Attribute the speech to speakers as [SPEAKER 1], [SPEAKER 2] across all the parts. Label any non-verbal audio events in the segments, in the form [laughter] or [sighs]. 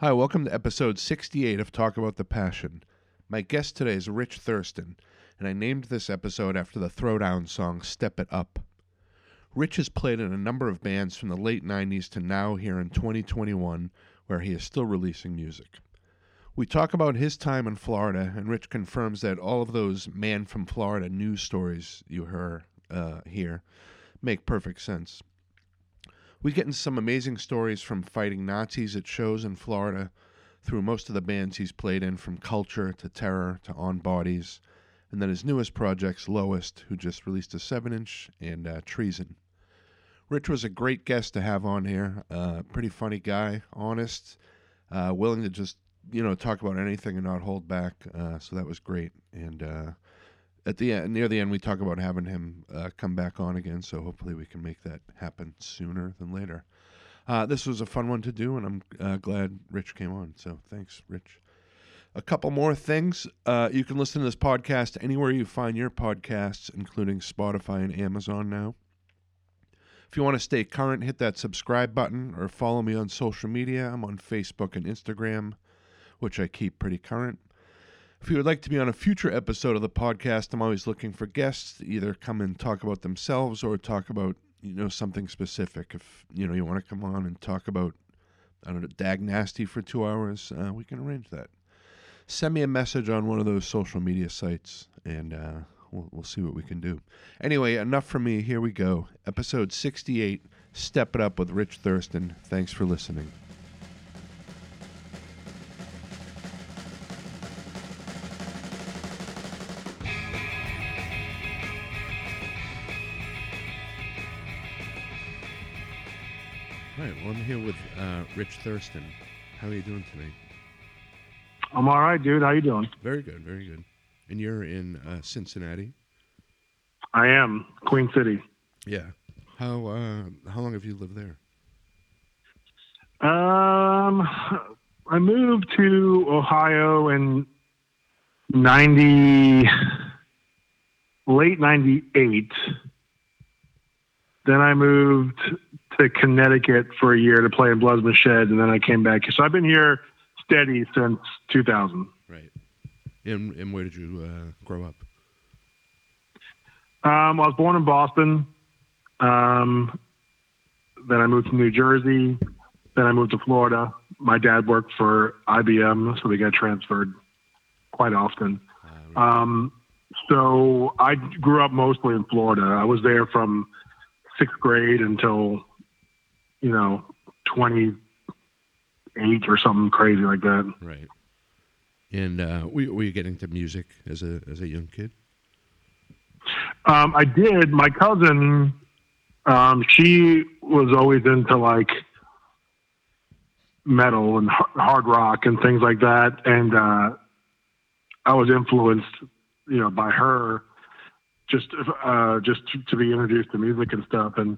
[SPEAKER 1] Hi, welcome to episode 68 of Talk About the Passion. My guest today is Rich Thurston, and I named this episode after the Throwdown song Step It Up. Rich has played in a number of bands from the late 90s to now here in 2021, where he is still releasing music. We talk about his time in Florida, and Rich confirms that all of those man from Florida news stories you hear uh, here make perfect sense. We get into some amazing stories from fighting Nazis at shows in Florida, through most of the bands he's played in, from Culture to Terror to On Bodies, and then his newest projects, Lowest, who just released a 7 inch, and uh, Treason. Rich was a great guest to have on here. Uh, pretty funny guy, honest, uh, willing to just you know talk about anything and not hold back. Uh, so that was great. And uh, at the end, near the end, we talk about having him uh, come back on again. So hopefully we can make that happen sooner than later. Uh, this was a fun one to do, and I'm uh, glad Rich came on. So thanks, Rich. A couple more things. Uh, you can listen to this podcast anywhere you find your podcasts, including Spotify and Amazon now. If you want to stay current, hit that subscribe button or follow me on social media. I'm on Facebook and Instagram, which I keep pretty current. If you would like to be on a future episode of the podcast, I'm always looking for guests to either come and talk about themselves or talk about you know something specific. If you know you want to come on and talk about I don't know Dag Nasty for two hours, uh, we can arrange that. Send me a message on one of those social media sites, and uh, we'll, we'll see what we can do. Anyway, enough from me. Here we go. Episode 68. Step it up with Rich Thurston. Thanks for listening. All right. Well, I'm here with uh, Rich Thurston. How are you doing today?
[SPEAKER 2] I'm all right, dude. How you doing?
[SPEAKER 1] Very good. Very good. And you're in uh, Cincinnati.
[SPEAKER 2] I am Queen City.
[SPEAKER 1] Yeah. How uh, how long have you lived there?
[SPEAKER 2] Um, I moved to Ohio in ninety late ninety eight. Then I moved to Connecticut for a year to play in Bloodsman Shed, and then I came back. So I've been here steady since 2000.
[SPEAKER 1] Right. And and where did you uh, grow up?
[SPEAKER 2] Um, I was born in Boston. Um, then I moved to New Jersey. Then I moved to Florida. My dad worked for IBM, so we got transferred quite often.
[SPEAKER 1] Uh,
[SPEAKER 2] Um, so I grew up mostly in Florida. I was there from sixth grade until, you know, 28 or something crazy like that.
[SPEAKER 1] right. And uh, were, you- were you getting into music as a as a young kid?
[SPEAKER 2] Um, I did. My cousin, um, she was always into like metal and har- hard rock and things like that, and uh, I was influenced, you know, by her just uh, just to, to be introduced to music and stuff. And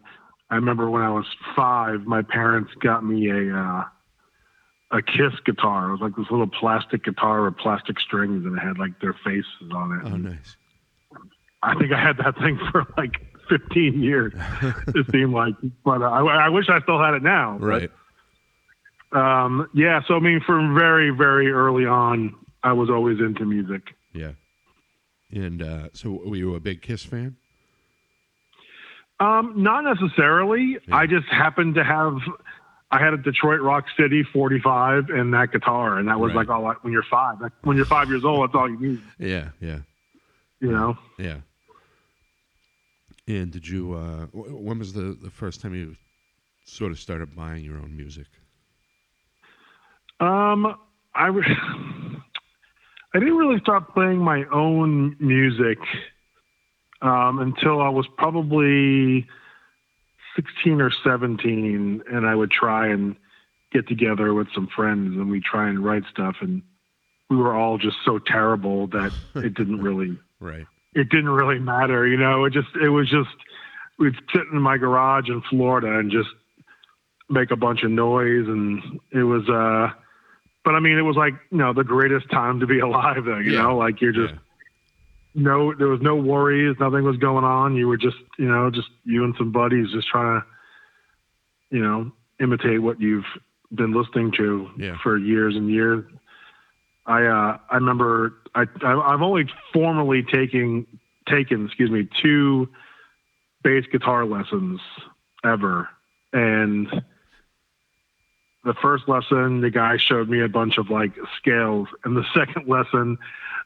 [SPEAKER 2] I remember when I was five, my parents got me a uh, a Kiss guitar. It was like this little plastic guitar with plastic strings, and it had like their faces on it.
[SPEAKER 1] Oh, nice.
[SPEAKER 2] I think I had that thing [laughs] for like 15 years. It seemed like, but uh, I, I wish I still had it now. but,
[SPEAKER 1] right.
[SPEAKER 2] um, yeah. So I mean, from very, very early on, I was always into music.
[SPEAKER 1] Yeah. And uh, so were you a big Kiss fan?
[SPEAKER 2] Um, not necessarily.
[SPEAKER 1] Yeah.
[SPEAKER 2] I just happened to have. I had a Detroit Rock City 45 and that guitar, and that was
[SPEAKER 1] Right.
[SPEAKER 2] like all. I, when you're five, like, when you're five years old, that's all you need.
[SPEAKER 1] Yeah. Yeah.
[SPEAKER 2] You know.
[SPEAKER 1] Yeah. And did you? Uh, wh- when was the the first time you sort of started buying your own music?
[SPEAKER 2] Um, I re- I didn't really start playing my own music um, until I was probably 16 or 17, and I would try and get together with some friends, and we try and write stuff, and we were all just so terrible that it didn't really
[SPEAKER 1] Right.
[SPEAKER 2] it didn't really matter, you know. It just it was just we'd sit in my garage in Florida and just make a bunch of noise and it was uh but I mean it was like, you know, the greatest time to be [laughs] alive though, you
[SPEAKER 1] Yeah.
[SPEAKER 2] know, like you're just
[SPEAKER 1] yeah.
[SPEAKER 2] no there was no worries, nothing was going on. You were just, you know, just you and some buddies just trying to you know, imitate what you've been listening to
[SPEAKER 3] Yeah.
[SPEAKER 2] for years and years. I uh, I remember I I- I've only formally taking taken excuse me two bass guitar lessons ever, and the first lesson the guy showed me a bunch of like scales, and the [laughs] second lesson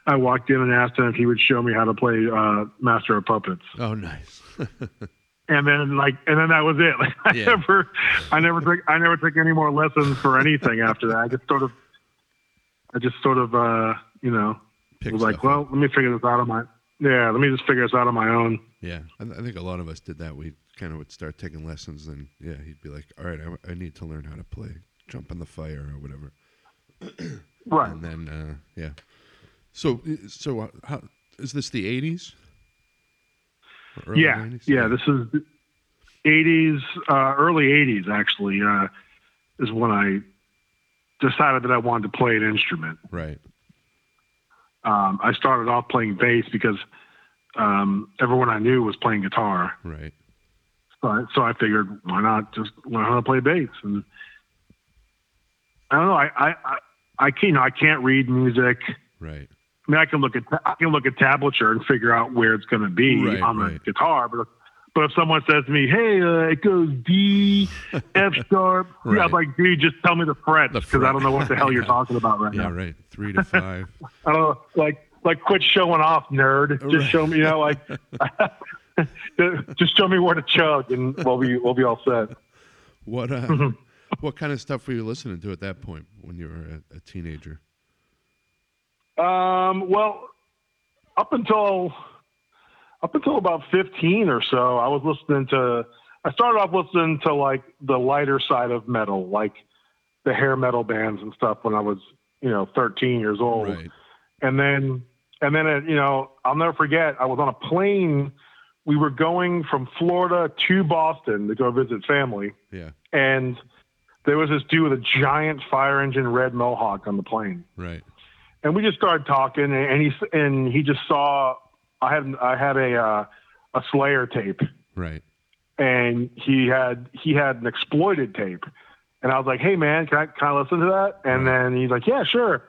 [SPEAKER 2] I walked in and asked him if he would show me how to play uh, Master of Puppets
[SPEAKER 3] Oh,
[SPEAKER 1] [laughs]
[SPEAKER 3] nice.
[SPEAKER 2] and then like and then that was it. [laughs] Like, I
[SPEAKER 3] Yeah.
[SPEAKER 2] never I never took I never took any more lessons for anything after that. I just sort of I just sort of uh you know
[SPEAKER 3] Pick
[SPEAKER 2] was like,
[SPEAKER 3] stuff up.
[SPEAKER 2] well, let me figure this out on my yeah, let me just figure this out on my own.
[SPEAKER 3] Yeah, I, th- I think a lot of us did that. We kind of would start taking lessons, and yeah, he'd be like, "All right, I, I need to learn how to play Jump in the Fire or whatever,"
[SPEAKER 2] Right.
[SPEAKER 3] and then uh, yeah. So, so uh, how, is this the '80s? Or early
[SPEAKER 2] yeah,
[SPEAKER 3] 90s?
[SPEAKER 2] yeah. This is eighties, uh, early eighties actually, uh, is when I decided that I wanted to play an instrument.
[SPEAKER 3] right.
[SPEAKER 2] Um, I started off playing bass because um, everyone I knew was playing guitar.
[SPEAKER 3] Right.
[SPEAKER 2] So I, so I figured, why not just learn how to play bass? And I don't know. I I I, I can, you know, I can't read music.
[SPEAKER 3] Right.
[SPEAKER 2] I mean, I can look at I can look at tablature and figure out where it's going to be
[SPEAKER 3] Right,
[SPEAKER 2] on the
[SPEAKER 3] right.
[SPEAKER 2] guitar. But if, but if someone says to me, "Hey, uh, it goes D,
[SPEAKER 3] [laughs]
[SPEAKER 2] F sharp," yeah,
[SPEAKER 3] Right.
[SPEAKER 2] I'm like, dude, just tell me the frets
[SPEAKER 3] The
[SPEAKER 2] because I don't know what the hell you're
[SPEAKER 3] fret.
[SPEAKER 2] talking about right
[SPEAKER 3] [laughs] Yeah.
[SPEAKER 2] now.
[SPEAKER 3] Right. Three to
[SPEAKER 2] [laughs]
[SPEAKER 3] five.
[SPEAKER 2] I don't know, like like quit showing off, nerd. Just
[SPEAKER 3] Right.
[SPEAKER 2] show me, you
[SPEAKER 3] [laughs]
[SPEAKER 2] know, like just show me where to chug, and we'll be we'll be all set.
[SPEAKER 3] What uh,
[SPEAKER 2] Mm-hmm.
[SPEAKER 3] what kind of stuff were you listening to at that point when you were a, a teenager?
[SPEAKER 2] Um, well, up until up until about fifteen or so, I was listening to. I started off listening to like the lighter side of metal, like the hair metal bands and stuff, when I was you know thirteen years old.
[SPEAKER 3] Right.
[SPEAKER 2] And then and then it, you know I'll never forget. I was on a plane. We were going from Florida to Boston to go visit family,
[SPEAKER 3] Yeah.
[SPEAKER 2] and there was this dude with a giant fire engine red mohawk on the plane
[SPEAKER 3] Right.
[SPEAKER 2] and we just started talking and, and he and he just saw I had I had a uh, a Slayer tape
[SPEAKER 3] Right.
[SPEAKER 2] and he had he had an exploited tape and I was like hey man can I can I listen to that and then he's like yeah sure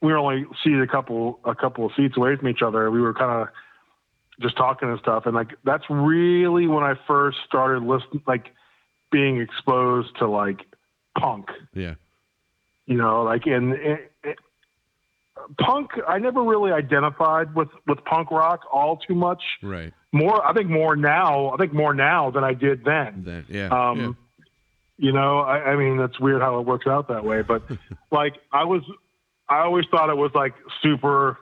[SPEAKER 2] we were only seated a couple a couple of seats away from each other we were kind of just talking and stuff and like that's really when I first started listening like being exposed to like punk
[SPEAKER 3] Yeah.
[SPEAKER 2] you know like in, in, in- punk i never really identified with with punk rock all too much
[SPEAKER 3] Right.
[SPEAKER 2] more i think more now i think more now than i did then
[SPEAKER 3] Then. Yeah.
[SPEAKER 2] um
[SPEAKER 3] yeah.
[SPEAKER 2] you know I, I mean that's weird how it works out that
[SPEAKER 3] [laughs]
[SPEAKER 2] way but like i was i always thought it was like super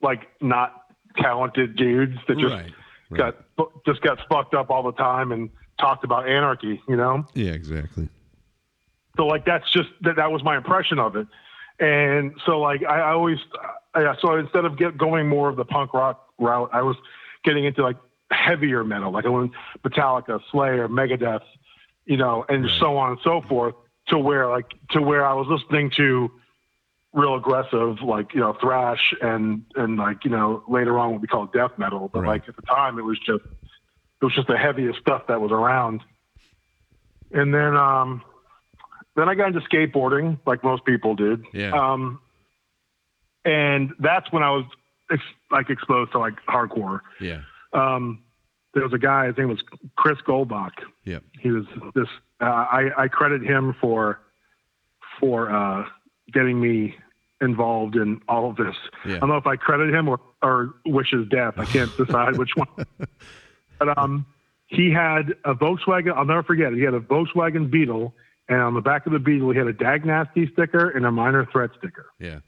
[SPEAKER 2] like not talented dudes that just
[SPEAKER 3] right. Right.
[SPEAKER 2] got fu- just got fucked up all the time and talked about anarchy you know
[SPEAKER 3] Yeah. Exactly.
[SPEAKER 2] so like that's just that that was my impression of it and so like i, I always yeah so instead of get, going more of the punk rock route i was getting into like heavier metal like i went metallica slayer megadeth you know and
[SPEAKER 3] Right.
[SPEAKER 2] so on and so forth to where like to where i was listening to real aggressive like you know thrash and and like you know later on what we call death metal but
[SPEAKER 3] Right.
[SPEAKER 2] like at the time it was just it was just the heaviest stuff that was around and then um then I got into skateboarding, like most people did.
[SPEAKER 3] Yeah.
[SPEAKER 2] Um, and that's when I was ex- like exposed to like hardcore.
[SPEAKER 3] Yeah.
[SPEAKER 2] Um, there was a guy, his name was Chris Goldbach.
[SPEAKER 3] Yep.
[SPEAKER 2] He was this. Uh, I I credit him for for uh, getting me involved in all of this.
[SPEAKER 3] Yeah.
[SPEAKER 2] I don't know if I credit him or, or wish his death. I can't decide which one. But um, he had a Volkswagen. I'll never forget it. He had a Volkswagen Beetle, and on the back of the Beetle, he had a Dag Nasty sticker and a Minor Threat sticker.
[SPEAKER 3] Yeah.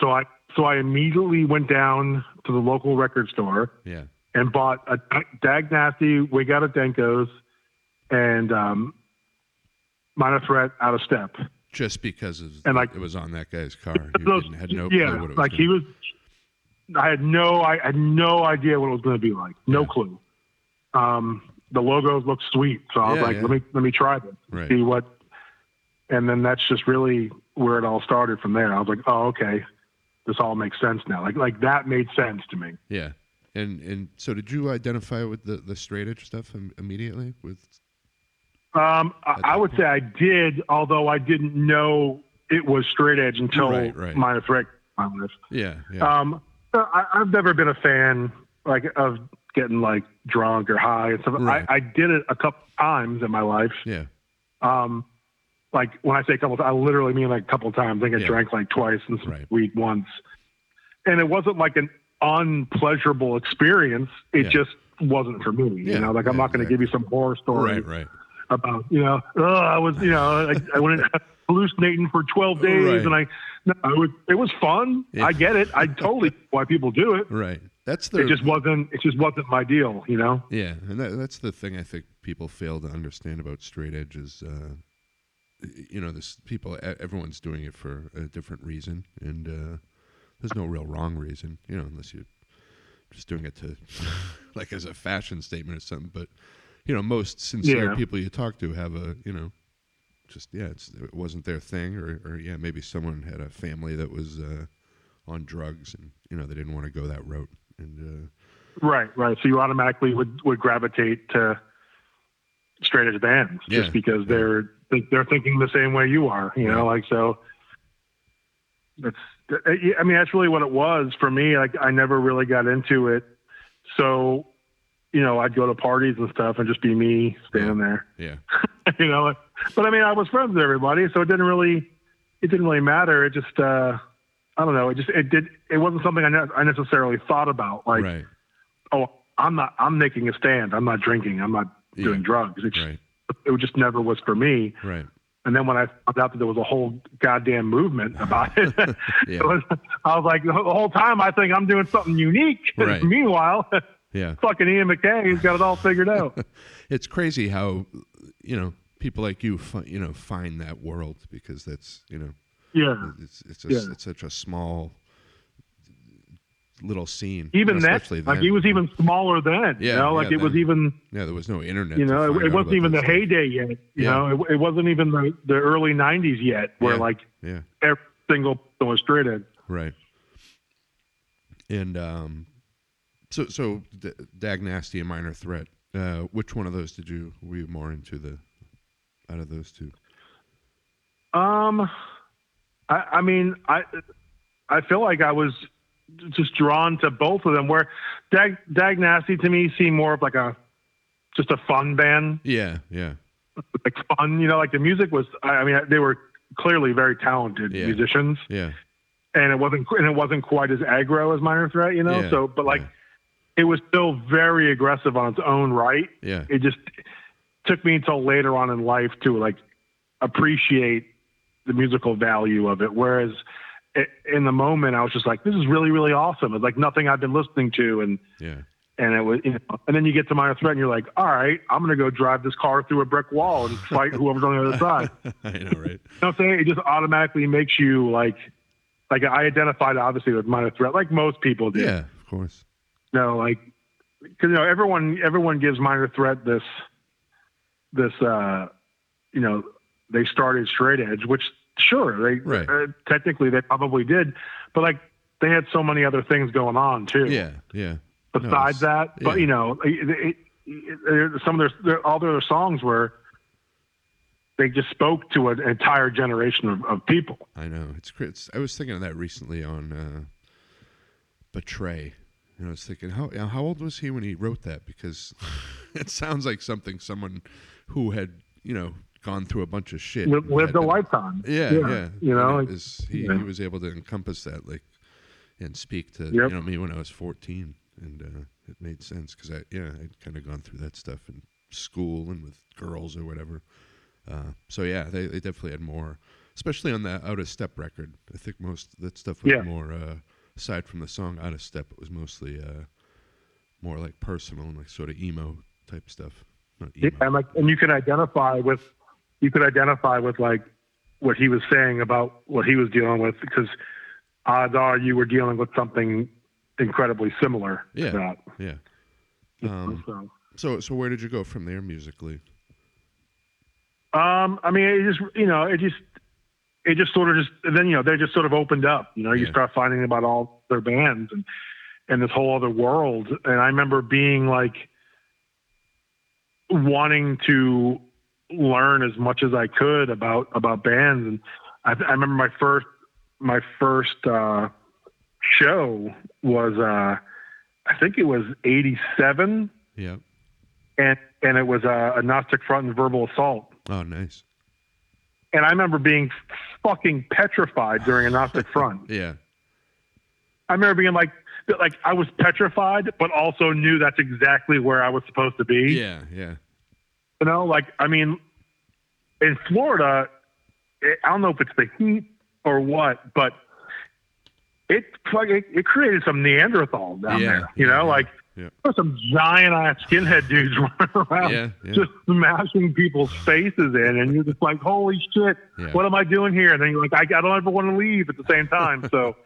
[SPEAKER 2] So I so I immediately went down to the local record store
[SPEAKER 3] Yeah.
[SPEAKER 2] and bought a Dag Nasty. We got a Denko's and um, Minor Threat out of step.
[SPEAKER 3] Just because of,
[SPEAKER 2] And, like-
[SPEAKER 3] it was on that guy's car, you
[SPEAKER 2] Those-
[SPEAKER 3] didn't, had no
[SPEAKER 2] yeah,
[SPEAKER 3] clue what it was.
[SPEAKER 2] like he
[SPEAKER 3] gonna-
[SPEAKER 2] was. I had no, I had no idea what it was going to be like. No
[SPEAKER 3] Yeah.
[SPEAKER 2] clue. Um, the logos looked sweet, so I was
[SPEAKER 3] Yeah,
[SPEAKER 2] like,
[SPEAKER 3] yeah.
[SPEAKER 2] let me let me try this,
[SPEAKER 3] Right.
[SPEAKER 2] see what. And then that's just really where it all started from there. I was like, oh, okay, this all makes sense now. Like like that made sense to me.
[SPEAKER 3] yeah. And and so did you identify with the the straight edge stuff im- immediately with
[SPEAKER 2] Um, I, I would say I did, although I didn't know it was straight edge until
[SPEAKER 1] Right, right.
[SPEAKER 2] Minor Threat on this.
[SPEAKER 1] Yeah, yeah.
[SPEAKER 2] Um, I, I've never been a fan like of getting like drunk or high and stuff.
[SPEAKER 1] Right.
[SPEAKER 2] I, I did it a couple times in my life.
[SPEAKER 1] yeah.
[SPEAKER 2] Um, like when I say a couple, I literally mean like a couple times. I think I
[SPEAKER 1] Yeah.
[SPEAKER 2] drank like twice and
[SPEAKER 1] Right.
[SPEAKER 2] weed once, and it wasn't like an unpleasurable experience. It
[SPEAKER 1] Yeah.
[SPEAKER 2] just wasn't for me.
[SPEAKER 1] Yeah,
[SPEAKER 2] You know, like I'm
[SPEAKER 1] yeah,
[SPEAKER 2] not going to give you some horror story
[SPEAKER 1] Right, right.
[SPEAKER 2] about you know oh, I was you know I, I went [laughs] hallucinating for 12
[SPEAKER 1] Right.
[SPEAKER 2] days and I no I was, it was fun
[SPEAKER 1] Yeah.
[SPEAKER 2] I get it
[SPEAKER 1] [laughs]
[SPEAKER 2] I totally get why people do it
[SPEAKER 1] Right. That's the
[SPEAKER 2] it just wasn't it just wasn't my deal you know
[SPEAKER 1] yeah, and that, that's the thing I think people fail to understand about straight edge is, uh, y- you know, this people e- everyone's doing it for a different reason, and uh, there's no real wrong reason, you know, unless you're just doing it to, [laughs] like, as a fashion statement or something. But you know, most sincere
[SPEAKER 2] Yeah.
[SPEAKER 1] people you talk to have a, you know, just yeah, it's, it wasn't their thing, or, or yeah, maybe someone had a family that was uh, on drugs, and you know, they didn't want to go that route, and. Uh,
[SPEAKER 2] right right so you automatically would would gravitate to straight edge bands
[SPEAKER 1] Yeah.
[SPEAKER 2] just because they're they're thinking the same way you are you know like so that's I mean that's really what it was for me like I never really got into it so you know I'd go to parties and stuff and just be me standing there [laughs]
[SPEAKER 1] Yeah.
[SPEAKER 2] you know. But I mean, I was friends with everybody, so it didn't really, it didn't really matter. It just, uh, I don't know. It just, it did. It wasn't something I, ne- I necessarily thought about. Like,
[SPEAKER 1] right.
[SPEAKER 2] oh, I'm not, I'm making a stand. I'm not drinking. I'm not doing
[SPEAKER 1] Yeah.
[SPEAKER 2] drugs. It just,
[SPEAKER 1] Right.
[SPEAKER 2] it just never was for me.
[SPEAKER 1] Right.
[SPEAKER 2] And then when I found out that there was a whole
[SPEAKER 1] [laughs]
[SPEAKER 2] goddamn movement about it,
[SPEAKER 1] Yeah.
[SPEAKER 2] it was, I was like, the whole time I think I'm doing something unique. [laughs]
[SPEAKER 1] Right.
[SPEAKER 2] Meanwhile,
[SPEAKER 1] Yeah.
[SPEAKER 2] fucking Ian McKay has got it all
[SPEAKER 1] [laughs]
[SPEAKER 2] figured out.
[SPEAKER 1] It's crazy how you know people like you fi- you know find that world because that's you know
[SPEAKER 2] Yeah.
[SPEAKER 1] it's it's a,
[SPEAKER 2] Yeah.
[SPEAKER 1] it's such a small little scene. you
[SPEAKER 2] Even
[SPEAKER 1] know,
[SPEAKER 2] that,
[SPEAKER 1] especially
[SPEAKER 2] like
[SPEAKER 1] then.
[SPEAKER 2] he was even smaller then.
[SPEAKER 1] Yeah,
[SPEAKER 2] you know, like
[SPEAKER 1] yeah,
[SPEAKER 2] it was
[SPEAKER 1] then.
[SPEAKER 2] even.
[SPEAKER 1] yeah. There was no internet.
[SPEAKER 2] you
[SPEAKER 1] to
[SPEAKER 2] know,
[SPEAKER 1] find
[SPEAKER 2] it, it
[SPEAKER 1] out
[SPEAKER 2] wasn't
[SPEAKER 1] about
[SPEAKER 2] even the
[SPEAKER 1] that stuff.
[SPEAKER 2] heyday yet. You
[SPEAKER 1] Yeah.
[SPEAKER 2] know, it, it wasn't even the, the early '90s yet, where
[SPEAKER 1] Yeah.
[SPEAKER 2] like
[SPEAKER 1] Yeah.
[SPEAKER 2] every single person was straight edge.
[SPEAKER 1] Right. And um, so so D- Dag Nasty and Minor Threat. Uh, which one of those did you were you more into the out of those two?
[SPEAKER 2] Um, I, I mean, I I feel like I was just drawn to both of them. Where Dag, Dag Nasty to me seemed more of like a just a fun band,
[SPEAKER 1] Yeah. Yeah.
[SPEAKER 2] like fun. You know, like the music was. I, I mean, they were clearly very talented
[SPEAKER 1] Yeah.
[SPEAKER 2] musicians.
[SPEAKER 1] Yeah.
[SPEAKER 2] and it wasn't and it wasn't quite as aggro as Minor Threat, you know.
[SPEAKER 1] Yeah,
[SPEAKER 2] so, but like,
[SPEAKER 1] yeah.
[SPEAKER 2] it was still very aggressive on its own right.
[SPEAKER 1] Yeah.
[SPEAKER 2] It just took me until later on in life to like appreciate the musical value of it. Whereas i in the moment, I was just like, "This is really, really awesome." It's like nothing I've been listening to, and
[SPEAKER 1] Yeah. [laughs]
[SPEAKER 2] and it was, you know, and then you get to Minor Threat, and you're like, "All right, I'm gonna go drive this car through a brick wall and fight whoever's on the other side."
[SPEAKER 1] I know, right?
[SPEAKER 2] You know what I'm saying? It just automatically makes you like, like I identified obviously with minor threat, like most people do.
[SPEAKER 1] Yeah, of course.
[SPEAKER 2] You know, like, cause you know, everyone, everyone gives minor threat this, this, uh, you know, they started straight edge, which sure they,
[SPEAKER 1] Right.
[SPEAKER 2] uh, technically they probably did, but like they had so many other things going on too
[SPEAKER 1] Yeah, yeah, No,
[SPEAKER 2] besides
[SPEAKER 1] it's-
[SPEAKER 2] that. But
[SPEAKER 1] yeah.
[SPEAKER 2] you know, it, it, it, some of their, their all their songs were they just spoke to an entire generation of, of people.
[SPEAKER 1] I know. It's, cra- it's I was thinking of that recently on uh, Betray. And I was thinking, how you know, how old was he when he wrote that? Because [laughs] it sounds like something someone who had you know gone through a bunch of shit
[SPEAKER 2] Li- Lived
[SPEAKER 1] had
[SPEAKER 2] a
[SPEAKER 1] been-
[SPEAKER 2] lifetime.
[SPEAKER 1] Yeah, yeah.
[SPEAKER 2] You know,
[SPEAKER 1] And
[SPEAKER 2] like,
[SPEAKER 1] it was- he,
[SPEAKER 2] yeah.
[SPEAKER 1] he was able to encompass that like and speak to you
[SPEAKER 2] Yep.
[SPEAKER 1] know me when I was fourteen, and uh, it made sense because I yeah I'd kind of gone through that stuff in school and with girls or whatever. Uh, so yeah, they, they definitely had more, especially on the out of step record. I think most of that stuff was
[SPEAKER 2] Yeah.
[SPEAKER 1] more uh, aside from the song out of step. It was mostly uh, more like personal and like sort of emo type stuff. Not
[SPEAKER 2] yeah,
[SPEAKER 1] emo.
[SPEAKER 2] and like, and you could identify with, you could identify with like what he was saying about what he was dealing with because odds are you were dealing with something incredibly similar
[SPEAKER 1] Yeah.
[SPEAKER 2] to that.
[SPEAKER 1] yeah. Um,
[SPEAKER 2] so.
[SPEAKER 1] so so where did you go from there musically?
[SPEAKER 2] Um, I mean, it just you know, it just it just sort of just and then you know they just sort of opened up. You know, you
[SPEAKER 1] Yeah.
[SPEAKER 2] start finding about all their bands and and this whole other world. And I remember being like wanting to learn as much as I could about about bands. And I, I remember my first my first uh, show was uh, I think it was '87,
[SPEAKER 1] Yeah.
[SPEAKER 2] and and it was uh, a Gnostic Front and Verbal Assault.
[SPEAKER 1] Oh, nice.
[SPEAKER 2] And I remember being fucking petrified during a Gnostic
[SPEAKER 1] [laughs]
[SPEAKER 2] Front.
[SPEAKER 1] Yeah.
[SPEAKER 2] I remember being like. Like I was petrified, but also knew that's exactly where I was supposed to be.
[SPEAKER 1] Yeah. Yeah.
[SPEAKER 2] You know, like I mean, in Florida, it, I don't know if it's the heat or what, but it like it, it created some Neanderthal down
[SPEAKER 1] Yeah,
[SPEAKER 2] there. You
[SPEAKER 1] yeah,
[SPEAKER 2] know,
[SPEAKER 1] yeah,
[SPEAKER 2] like
[SPEAKER 1] yeah.
[SPEAKER 2] there were some giant ass skinhead dudes [laughs] running around.
[SPEAKER 1] Yeah. Yeah.
[SPEAKER 2] Just smashing people's faces in, and you're just like, "Holy shit,
[SPEAKER 1] Yeah.
[SPEAKER 2] what am I doing here?" And then you're like, "I, I don't ever want to leave." At the same time,
[SPEAKER 1] [laughs]
[SPEAKER 2] so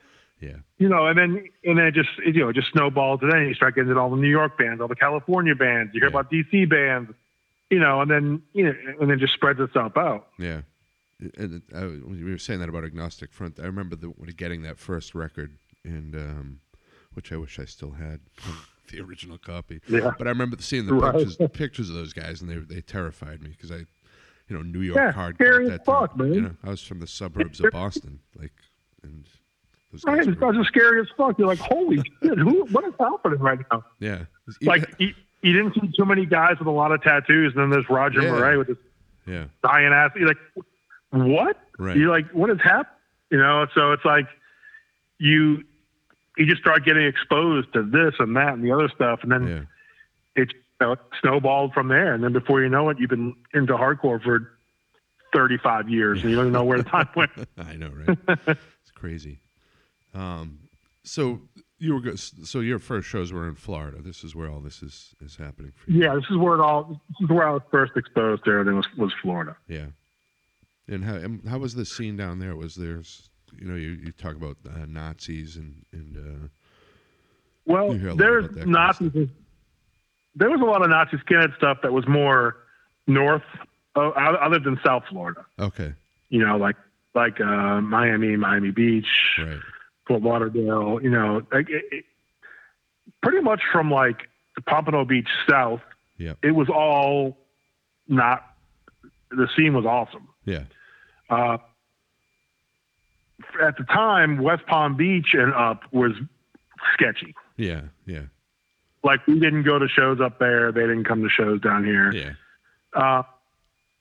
[SPEAKER 1] Yeah.
[SPEAKER 2] you know, and then and then it just it, you know it just snowballs, and then you start getting all the New York bands, all the California bands. You hear
[SPEAKER 1] Yeah.
[SPEAKER 2] about DC bands, you know, and then you know, and then it just spreads itself out.
[SPEAKER 1] Yeah. And it- I, was- we were saying that about Agnostic Front. I remember the, when getting that first record, and um, which I wish I still had, [laughs] the original copy.
[SPEAKER 2] Yeah.
[SPEAKER 1] But I remember seeing the
[SPEAKER 2] Right.
[SPEAKER 1] pictures, pictures of those guys, and they they terrified me because I, you know, New York
[SPEAKER 2] Yeah,
[SPEAKER 1] hardcore.
[SPEAKER 2] scary
[SPEAKER 1] at
[SPEAKER 2] as
[SPEAKER 1] that time,
[SPEAKER 2] fuck, man.
[SPEAKER 1] You know, I was from the suburbs of Boston, like, and those
[SPEAKER 2] Right?
[SPEAKER 1] guys.
[SPEAKER 2] It's
[SPEAKER 1] were-
[SPEAKER 2] just scary as fuck. You're like, holy [laughs] shit, who? What is happening right now?
[SPEAKER 1] yeah.
[SPEAKER 2] Like you, you didn't see too many guys with a lot of tattoos, and then there's Roger
[SPEAKER 1] Yeah.
[SPEAKER 2] Murray with this
[SPEAKER 1] yeah.
[SPEAKER 2] dying ass. You're like, what?
[SPEAKER 1] Right.
[SPEAKER 2] You're like, what has happened? You know, so it's like you you just start getting exposed to this and that and the other stuff, and then.
[SPEAKER 1] Yeah.
[SPEAKER 2] it you know, snowballed from there. And then before you know it, you've been into hardcore for 35 years and you don't know where
[SPEAKER 1] [laughs]
[SPEAKER 2] the time went.
[SPEAKER 1] I know, right?
[SPEAKER 2] [laughs]
[SPEAKER 1] it's crazy. Um, so you were go- so your first shows were in Florida. This is where all this is is happening for you.
[SPEAKER 2] Yeah, this is where it all, this is where I was first exposed to everything was, was Florida.
[SPEAKER 1] Yeah. And how and how was the scene down there? Was there's you know you, you talk about uh, Nazis and and uh,
[SPEAKER 2] Well,
[SPEAKER 1] You hear a lot
[SPEAKER 2] there's
[SPEAKER 1] about that kind of
[SPEAKER 2] Nazis. There was a lot of Nazi skinhead stuff that was more north. Oh, I, I lived in South Florida,
[SPEAKER 1] uh, okay,
[SPEAKER 2] you know, like, like uh, Miami, Miami Beach,
[SPEAKER 1] right,
[SPEAKER 2] Fort Lauderdale, you know, like it, it, pretty much from like Pompano Beach south,
[SPEAKER 1] Yep.
[SPEAKER 2] it was all not, the scene was awesome.
[SPEAKER 1] yeah,
[SPEAKER 2] Uh, at the time, West Palm Beach and up was sketchy.
[SPEAKER 1] yeah, yeah,
[SPEAKER 2] Like we didn't go to shows up there. They didn't come to shows down here.
[SPEAKER 1] yeah,
[SPEAKER 2] Uh,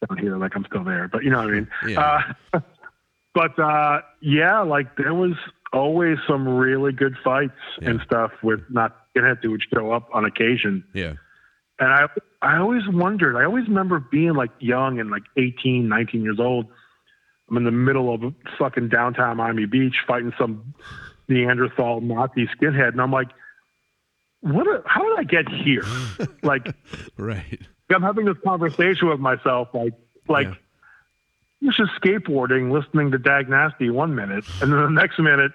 [SPEAKER 2] down here, like I'm still there, but you know what I mean?
[SPEAKER 1] yeah,
[SPEAKER 2] Uh, [laughs] but uh, yeah, like there was always some really good fights and
[SPEAKER 1] Yeah.
[SPEAKER 2] stuff with not skinhead who would show up on occasion.
[SPEAKER 1] yeah,
[SPEAKER 2] And I, I always wondered, I always remember being like young and like 18, 19 years old. I'm in the middle of fucking downtown Miami Beach fighting some Neanderthal Nazi skinhead. And I'm like, what, a, how did I get here?
[SPEAKER 1] [laughs]
[SPEAKER 2] like,
[SPEAKER 1] right,
[SPEAKER 2] I'm having this conversation with myself, like, [laughs] like
[SPEAKER 1] Yeah.
[SPEAKER 2] this is skateboarding, listening to Dag Nasty one minute, and then the next minute,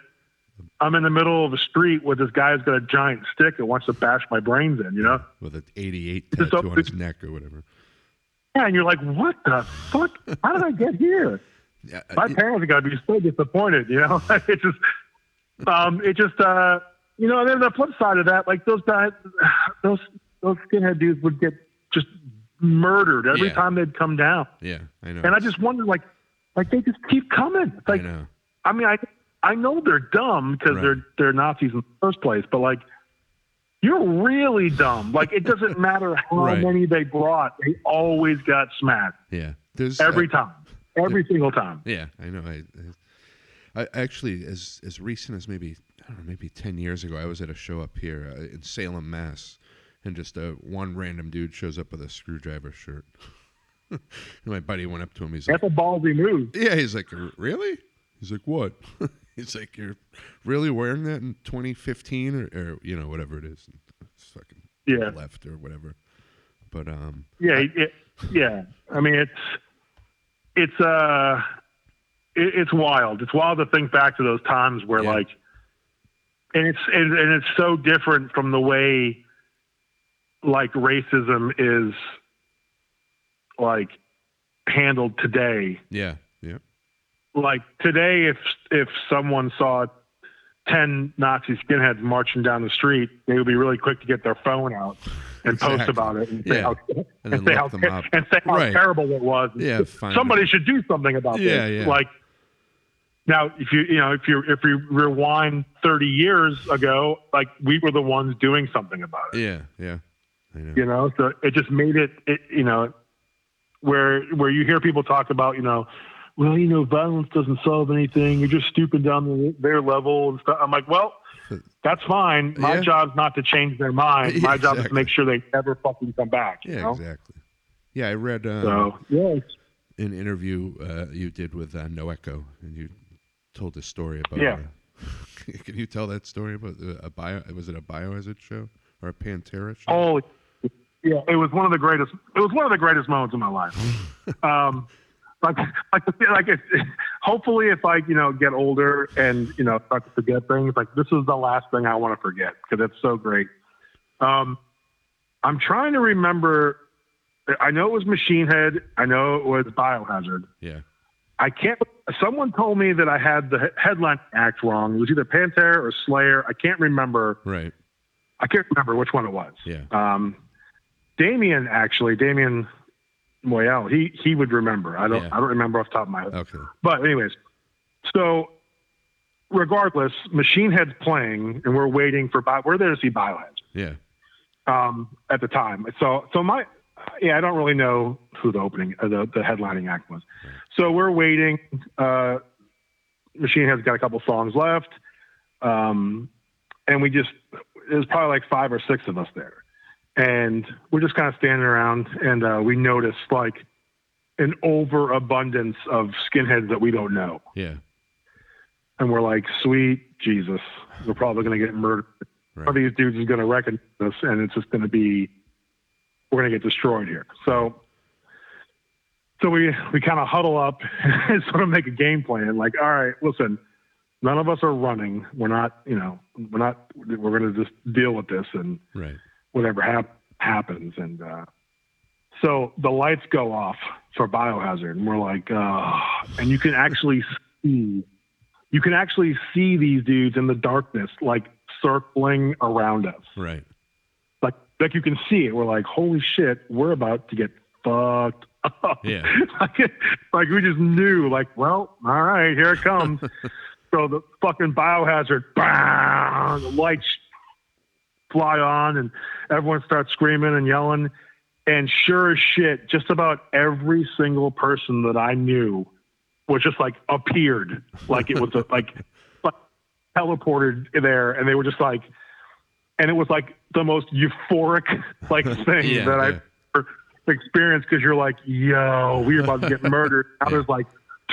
[SPEAKER 2] I'm in the middle of a street with this guy who's got a giant stick and wants to bash my brains in, you know?
[SPEAKER 1] with an eighty-eight
[SPEAKER 2] It's
[SPEAKER 1] tattoo
[SPEAKER 2] all-
[SPEAKER 1] on his neck or whatever.
[SPEAKER 2] Yeah, and you're like, what the fuck? How did I get here?
[SPEAKER 1] Yeah, uh,
[SPEAKER 2] My
[SPEAKER 1] it-
[SPEAKER 2] parents are gonna be so disappointed, you know. [laughs] it just, um, it just, uh, you know. And then the flip side of that, like those guys, [sighs] those those skinhead dudes would get just murdered every
[SPEAKER 1] Yeah.
[SPEAKER 2] time they'd come down.
[SPEAKER 1] yeah, I know.
[SPEAKER 2] And I just wonder, like, like they just keep coming. It's
[SPEAKER 1] I
[SPEAKER 2] like,
[SPEAKER 1] know.
[SPEAKER 2] I, mean, I I know they're dumb because
[SPEAKER 1] Right.
[SPEAKER 2] they're they're Nazis in the first place, but like, you're really dumb. Like, it doesn't matter
[SPEAKER 1] [laughs]
[SPEAKER 2] how
[SPEAKER 1] Right.
[SPEAKER 2] many they brought, they always got smacked
[SPEAKER 1] Yeah, there's
[SPEAKER 2] every
[SPEAKER 1] I-
[SPEAKER 2] time, every single time.
[SPEAKER 1] Yeah, I know. I, I, I actually, as as recent as maybe I don't know, maybe ten years ago, I was at a show up here uh, in Salem, Mass, and just uh, one random dude shows up with a screwdriver shirt. [laughs] and my buddy went up to him. He's like,
[SPEAKER 2] That's a ballsy move.
[SPEAKER 1] "Yeah," he's like, "R- "Really?" He's like, "What?" [laughs] he's like, "You're really wearing that in 2015 or, or you know whatever it is." And I just fucking
[SPEAKER 2] Yeah,
[SPEAKER 1] left or whatever. But um,
[SPEAKER 2] yeah, it, yeah. I mean, it's it's uh, it, it's wild. It's wild to think back to those times where
[SPEAKER 1] Yeah.
[SPEAKER 2] like, and it's and, and it's so different from the way like racism is like handled today.
[SPEAKER 1] yeah, yeah,
[SPEAKER 2] Like today, if if someone saw ten Nazi skinheads marching down the street, they would be really quick to get their phone out and post
[SPEAKER 1] Exactly.
[SPEAKER 2] about it [laughs] and say
[SPEAKER 1] Yeah.
[SPEAKER 2] how,
[SPEAKER 1] And then
[SPEAKER 2] say
[SPEAKER 1] look
[SPEAKER 2] how
[SPEAKER 1] them
[SPEAKER 2] ter-
[SPEAKER 1] up.
[SPEAKER 2] and say how
[SPEAKER 1] Right.
[SPEAKER 2] terrible it was.
[SPEAKER 1] Yeah, find
[SPEAKER 2] somebody
[SPEAKER 1] it.
[SPEAKER 2] should do something about
[SPEAKER 1] Yeah,
[SPEAKER 2] this.
[SPEAKER 1] yeah.
[SPEAKER 2] Like now, if you you know if you if you rewind thirty years ago, like we were the ones doing something about it.
[SPEAKER 1] Yeah, yeah. I know.
[SPEAKER 2] You know, so it just made it, it you know where where you hear people talk about you know. Well, you know, violence doesn't solve anything. You're just stupid down to their level and stuff. I'm like, well, that's fine. My
[SPEAKER 1] Yeah.
[SPEAKER 2] job's not to change their mind. My job is to
[SPEAKER 1] Exactly.
[SPEAKER 2] make sure they never fucking come back. You
[SPEAKER 1] Yeah,
[SPEAKER 2] know?
[SPEAKER 1] exactly. Yeah, I read uh,
[SPEAKER 2] So yeah,
[SPEAKER 1] an interview uh, you did with uh, No Echo, and you told the story about.
[SPEAKER 2] Yeah.
[SPEAKER 1] uh, [laughs] can you tell that story about the, a bio? Was it a biohazard show or a Pantera show?
[SPEAKER 2] holy, yeah, Oh, it was one of the greatest. It was one of the greatest moments of my life. um, like, like, like, if, hopefully, if I, you know, get older and you know start to forget things, like this is the last thing I want to forget because it's so great. Um, I'm trying to remember. I know it was Machine Head. I know it was Biohazard.
[SPEAKER 1] Yeah,
[SPEAKER 2] I can't. Someone told me that I had the he- headline act wrong. It was either Pantera or Slayer. I can't remember.
[SPEAKER 1] right.
[SPEAKER 2] I can't remember which one it was.
[SPEAKER 1] Yeah,
[SPEAKER 2] Um, Damien actually, Damien Moyale, he he would remember. I don't
[SPEAKER 1] Yeah. Uh,
[SPEAKER 2] I don't remember off the top of my head.
[SPEAKER 1] okay.
[SPEAKER 2] But anyways, so regardless, Machine Head's playing, and we're waiting for Bio. We're there to see Biohead
[SPEAKER 1] Yeah,
[SPEAKER 2] um, at the time. So, so my, yeah, I don't really know who the opening, uh, the, the headlining act was. So we're waiting. Uh, Machine Head's got a couple songs left. Um, and we just, there's probably like five or six of us there. And we're just kind of standing around and uh, we notice like an overabundance of skinheads that we don't know.
[SPEAKER 1] yeah,
[SPEAKER 2] And we're like, sweet Jesus, we're probably going to get murdered
[SPEAKER 1] right.
[SPEAKER 2] one of these dudes is going to recognize us, and it's just going to be we're going to get destroyed here. So, so we we kind of huddle up [laughs] and sort of make a game plan. Like, all right, listen, none of us are running. We're not, you know, we're not. We're going to just deal with this and
[SPEAKER 1] right.
[SPEAKER 2] whatever hap- happens. And uh, so the lights go off for Biohazard, and we're like, uh, and you can actually see, you can actually see these dudes in the darkness, like circling around us, [laughs]
[SPEAKER 1] Right.
[SPEAKER 2] like like you can see it. We're like, holy shit, we're about to get fucked. Up.
[SPEAKER 1] Yeah.
[SPEAKER 2] [laughs] like, like we just knew, like, well, all right, here it comes. so the fucking biohazard, bang, the lights fly on and everyone starts screaming and yelling. And sure as shit, just about every single person that I knew was just like appeared, like it was a, like, like teleported there, and they were just like, and it was like the most euphoric like thing
[SPEAKER 1] [laughs] Yeah,
[SPEAKER 2] that
[SPEAKER 1] yeah.
[SPEAKER 2] I've ever experienced because you're like, yo, we are about to
[SPEAKER 1] [laughs]
[SPEAKER 2] get murdered. Now there's like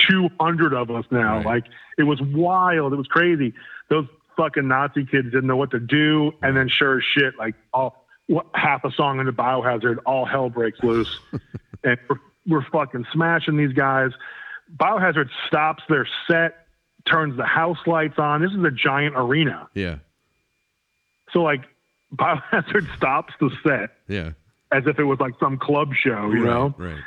[SPEAKER 2] 200 of us now.
[SPEAKER 1] Right.
[SPEAKER 2] Like it was wild, it was crazy those fucking Nazi kids didn't know what to do, and then sure as shit, like all what, half a song into Biohazard, all hell
[SPEAKER 1] [laughs]
[SPEAKER 2] breaks loose, and we're, we're fucking smashing these guys. Biohazard stops their set, turns the house lights on. This is a giant arena,
[SPEAKER 1] Yeah.
[SPEAKER 2] so like [laughs] Biohazard stops the set
[SPEAKER 1] Yeah.
[SPEAKER 2] as if it was like some club show, you
[SPEAKER 1] right,
[SPEAKER 2] know?
[SPEAKER 1] Right.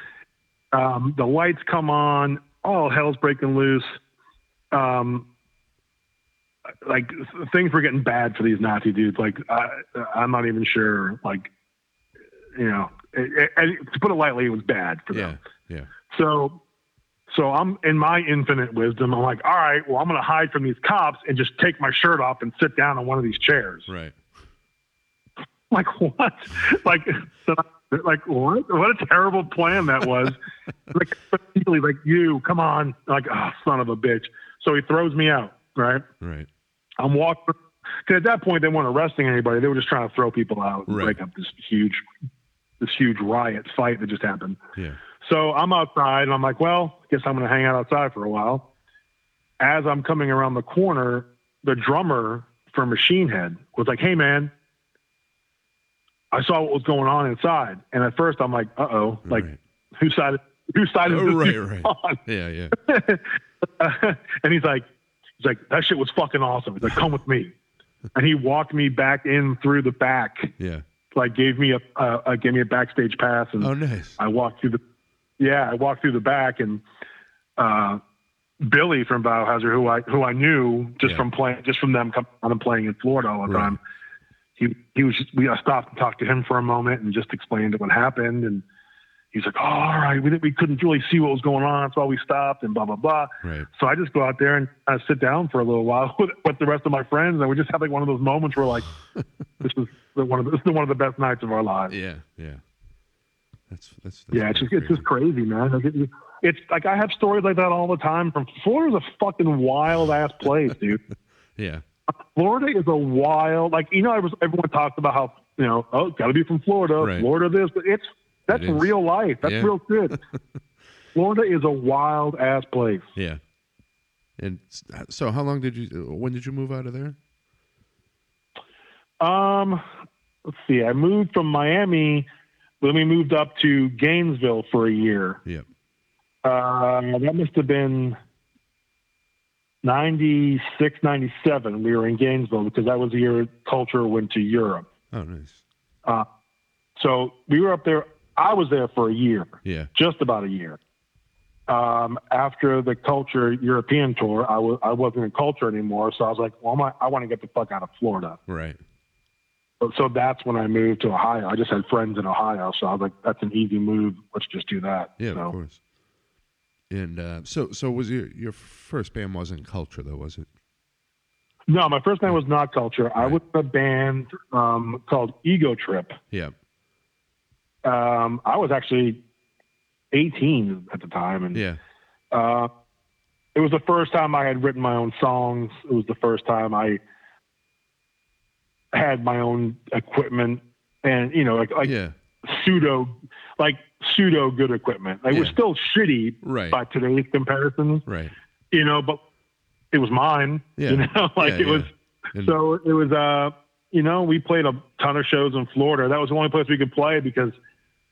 [SPEAKER 2] Um, the lights come on, all hell's breaking loose. Um, like th- things were getting bad for these Nazi dudes. Like I, I'm not even sure. Like you know, it, it- and to put it lightly, it was bad for
[SPEAKER 1] Yeah.
[SPEAKER 2] them.
[SPEAKER 1] Yeah.
[SPEAKER 2] So, so I'm in my infinite wisdom. I'm like, all right, well, I'm gonna hide from these cops and just take my shirt off and sit down on one of these chairs.
[SPEAKER 1] Right.
[SPEAKER 2] [laughs] Like what? Like so- like what? What a terrible plan that was. like particularly like you, come on. Like oh, son of a bitch. So he throws me out. Right.
[SPEAKER 1] Right.
[SPEAKER 2] I'm walking. Cause at that point they weren't arresting anybody. They were just trying to throw people out and
[SPEAKER 1] Right.
[SPEAKER 2] break up this huge, this huge riot fight that just happened.
[SPEAKER 1] Yeah.
[SPEAKER 2] So I'm outside and I'm like, well, guess I'm going to hang out outside for a while. As I'm coming around the corner, the drummer for Machine Head was like, hey, man, I saw what was going on inside. And at first I'm like, uh oh, like,
[SPEAKER 1] right.
[SPEAKER 2] whose side, whose side is this
[SPEAKER 1] Right,
[SPEAKER 2] dude
[SPEAKER 1] right.
[SPEAKER 2] on?
[SPEAKER 1] Yeah. Yeah.
[SPEAKER 2] [laughs] and he's like, he's like, that shit was fucking awesome. He's like, come with me. And he walked me back in through the back,
[SPEAKER 1] Yeah.
[SPEAKER 2] like gave me a, uh, uh, gave me a backstage pass. And
[SPEAKER 1] Oh, nice.
[SPEAKER 2] I walked through the yeah, I walked through the back and uh, Billy from Biohazard, who I who I knew just
[SPEAKER 1] Yeah.
[SPEAKER 2] from playing just from them coming on and playing in Florida all the
[SPEAKER 1] Right.
[SPEAKER 2] time, he he was just, we I stopped and talked to him for a moment and just explained what happened and he's like, oh, all right, we didn't, we couldn't really see what was going on, that's why we stopped and blah blah blah.
[SPEAKER 1] Right.
[SPEAKER 2] So I just go out there and uh, sit down for a little while [laughs] with, with the rest of my friends and we just have like one of those moments where like [laughs] this is the, one of the, this is one of the best nights of our lives.
[SPEAKER 1] Yeah. Yeah. That's that's, that's
[SPEAKER 2] Yeah, it's just,
[SPEAKER 1] pretty
[SPEAKER 2] it's just crazy, man. Like, it- it's like I have stories like that all the time. From Florida's a fucking wild ass place,
[SPEAKER 1] [laughs]
[SPEAKER 2] dude.
[SPEAKER 1] Yeah.
[SPEAKER 2] Florida is a wild, like you know, I was, everyone talks about how you know, oh, got to be from Florida,
[SPEAKER 1] Right.
[SPEAKER 2] Florida this, but it's that's
[SPEAKER 1] It is.
[SPEAKER 2] real life, that's
[SPEAKER 1] Yeah.
[SPEAKER 2] real
[SPEAKER 1] [laughs]
[SPEAKER 2] shit. Florida is a wild ass place.
[SPEAKER 1] Yeah. And s- uh, so, how long did you? uh, When did you move out of there?
[SPEAKER 2] Um, let's see, I moved from Miami, then we moved up to Gainesville for a year.
[SPEAKER 1] Yep.
[SPEAKER 2] Uh, that must have been 96, 97. We were in Gainesville because that was the year culture went to Europe.
[SPEAKER 1] Oh, nice.
[SPEAKER 2] Uh, so we were up there. I was there for a year,
[SPEAKER 1] Yeah.
[SPEAKER 2] just about a year. Um, after the culture European tour, I was I wasn't in culture anymore. So I was like, well, I'm, I want to get the fuck out of Florida.
[SPEAKER 1] Right.
[SPEAKER 2] So- So that's when I moved to Ohio. I just had friends in Ohio, so I was like, that's an easy move. Let's just do that.
[SPEAKER 1] Yeah.
[SPEAKER 2] So-
[SPEAKER 1] Of course. And uh, so, so was your your first band wasn't Culture though, was it?
[SPEAKER 2] No, my first band was not Culture. I
[SPEAKER 1] Right.
[SPEAKER 2] was in a band um, called Ego Trip.
[SPEAKER 1] Yeah.
[SPEAKER 2] Um, I was actually 18 at the time, and
[SPEAKER 1] Yeah.
[SPEAKER 2] uh, it was the first time I had written my own songs. It was the first time I had my own equipment, and you know, like like
[SPEAKER 1] yeah.
[SPEAKER 2] pseudo, like pseudo good equipment. Like, It was
[SPEAKER 1] Yeah.
[SPEAKER 2] still shitty
[SPEAKER 1] Right.
[SPEAKER 2] by today's comparisons,
[SPEAKER 1] Right.
[SPEAKER 2] you know, but it was mine.
[SPEAKER 1] Yeah.
[SPEAKER 2] You know, [laughs] like
[SPEAKER 1] Yeah,
[SPEAKER 2] it
[SPEAKER 1] yeah.
[SPEAKER 2] was.
[SPEAKER 1] And-
[SPEAKER 2] So it was, uh, you know, we played a ton of shows in Florida. That was the only place we could play because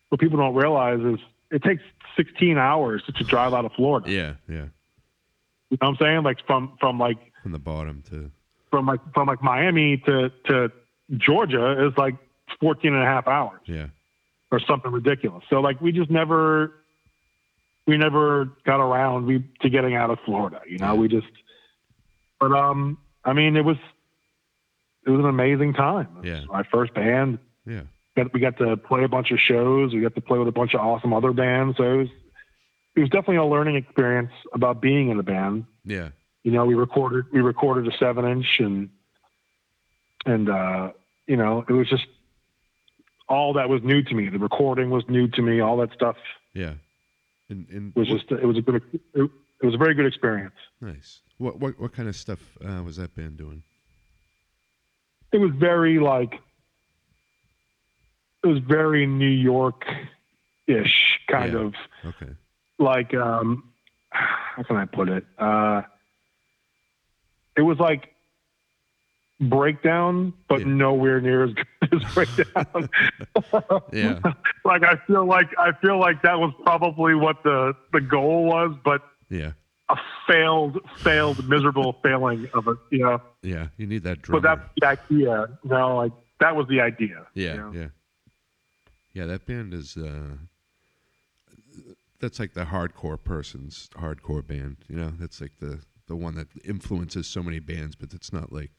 [SPEAKER 2] what people don't realize is it takes 16 hours to drive out of Florida.
[SPEAKER 1] yeah. Yeah.
[SPEAKER 2] You know what I'm saying? Like from from like
[SPEAKER 1] From the bottom to
[SPEAKER 2] from like from like Miami to to Georgia is like 14 and a half hours
[SPEAKER 1] yeah.
[SPEAKER 2] or something ridiculous. So like we just never we never got around we to getting out of Florida. You know, we just but um I mean it was it was an amazing time. It was
[SPEAKER 1] Yeah.
[SPEAKER 2] My first band.
[SPEAKER 1] Yeah.
[SPEAKER 2] Got- We got to play a bunch of shows. We got to play with a bunch of awesome other bands. So it was it was definitely a learning experience about being in a band
[SPEAKER 1] Yeah.
[SPEAKER 2] you know, we recorded we recorded a seven inch and and uh, you know, it was just all that was new to me. The recording was new to me. All that stuff
[SPEAKER 1] Yeah. And and
[SPEAKER 2] was
[SPEAKER 1] what-
[SPEAKER 2] just it was a good it, it was a very good experience.
[SPEAKER 1] nice. What what what kind of stuff uh, was that band doing?
[SPEAKER 2] It was very like it was very New York ish kind
[SPEAKER 1] Yeah.
[SPEAKER 2] of
[SPEAKER 1] Okay.
[SPEAKER 2] like um how can I put it? Uh it was like breakdown, but
[SPEAKER 1] Yeah.
[SPEAKER 2] nowhere near as
[SPEAKER 1] [laughs]
[SPEAKER 2] good as breakdown. [laughs]
[SPEAKER 1] Yeah.
[SPEAKER 2] like I feel like I feel like that was probably what the the goal was, but
[SPEAKER 1] Yeah.
[SPEAKER 2] a failed, failed,
[SPEAKER 1] [laughs]
[SPEAKER 2] miserable failing of it. You know,
[SPEAKER 1] Yeah. You need that drummer.
[SPEAKER 2] but that's the idea. You know, like that was the idea.
[SPEAKER 1] Yeah,
[SPEAKER 2] you know?
[SPEAKER 1] yeah, yeah. That band is uh, that's like the hardcore person's hardcore band. You know, that's like the the one that influences so many bands, but it's not like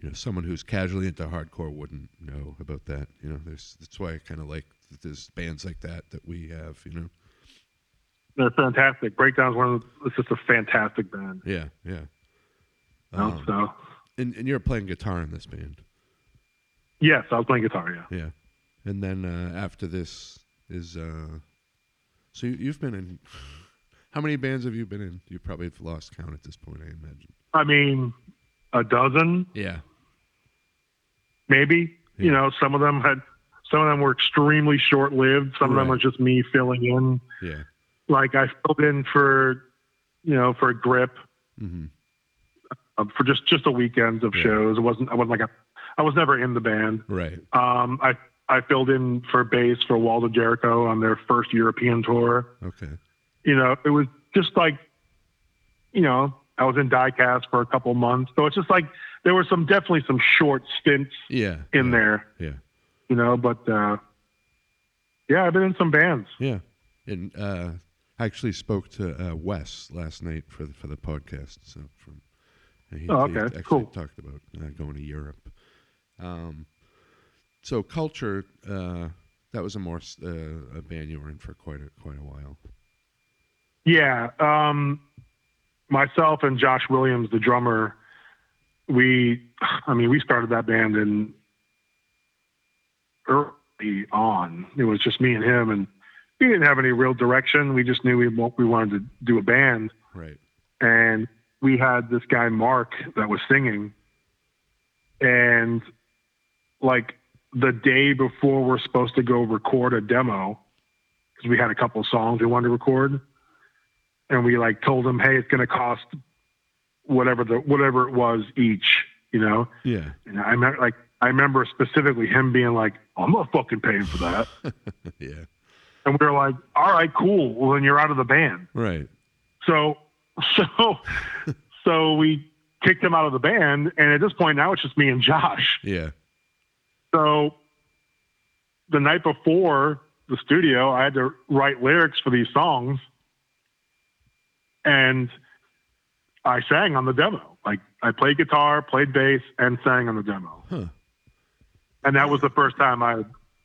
[SPEAKER 1] you know someone who's casually into hardcore wouldn't know about that. You know, there's that's why I kind of like that there's bands like that that we have. You know,
[SPEAKER 2] They're fantastic. Breakdown's one of the, it's just a fantastic band.
[SPEAKER 1] yeah, yeah.
[SPEAKER 2] You know?
[SPEAKER 1] Um,
[SPEAKER 2] so
[SPEAKER 1] and and you're playing guitar in this band,
[SPEAKER 2] yes, I was playing guitar. Yeah.
[SPEAKER 1] yeah. And then uh, after this is uh, so you, you've been in. [sighs] How many bands have you been in? You probably have lost count at this point, I imagine.
[SPEAKER 2] I mean, a dozen,
[SPEAKER 1] Yeah,
[SPEAKER 2] maybe. You
[SPEAKER 1] Yeah.
[SPEAKER 2] know, some of them had, some of them were extremely short lived. Some of them
[SPEAKER 1] Right.
[SPEAKER 2] was just me filling in.
[SPEAKER 1] yeah,
[SPEAKER 2] Like I filled in for, you know, for a grip
[SPEAKER 1] hmm
[SPEAKER 2] uh, for just just a weekend of
[SPEAKER 1] Yeah.
[SPEAKER 2] shows. It wasn't. I wasn't like a. I was never in the band.
[SPEAKER 1] right.
[SPEAKER 2] Um, I I filled in for bass for Waldo Jericho on their first European tour.
[SPEAKER 1] Okay,
[SPEAKER 2] You know, it was just like, you know, I was in diecast for a couple months. So it's just like there were some definitely some short stints
[SPEAKER 1] yeah,
[SPEAKER 2] in
[SPEAKER 1] yeah,
[SPEAKER 2] there.
[SPEAKER 1] Yeah,
[SPEAKER 2] you know. But uh, yeah, I've been in some bands.
[SPEAKER 1] yeah. And uh, I actually spoke to uh, Wes last night for the, for the podcast. So from and he,
[SPEAKER 2] Oh,
[SPEAKER 1] he
[SPEAKER 2] okay,
[SPEAKER 1] actually
[SPEAKER 2] cool.
[SPEAKER 1] talked about uh, going to Europe, Um, so culture, uh, that was a more s- uh, a band you were in for quite a, quite a while.
[SPEAKER 2] Yeah. Um, myself and Josh Williams, the drummer, we, I mean, we started that band in early on. It was just me and him, and we didn't have any real direction. We just knew we, wa- we wanted to do a band.
[SPEAKER 1] Right.
[SPEAKER 2] and we had this guy Mark that was singing, and like the day before we're supposed to go record a demo, because we had a couple songs we wanted to record, and we like told him, hey, it's gonna cost whatever the whatever it was each, you know. [laughs]
[SPEAKER 1] Yeah.
[SPEAKER 2] And I remember like I remember specifically him being like, I'm not fucking paying for that,
[SPEAKER 1] yeah.
[SPEAKER 2] and we were like, all right, cool. Well, then you're out of the band.
[SPEAKER 1] Right.
[SPEAKER 2] So, so, so we kicked him out of the band, and at this point now it's just me and Josh.
[SPEAKER 1] Yeah.
[SPEAKER 2] So, the night before the studio, I had to write lyrics for these songs, and I sang on the demo. Like I played guitar, played bass, and sang on the demo.
[SPEAKER 1] Huh.
[SPEAKER 2] And that was the first time I,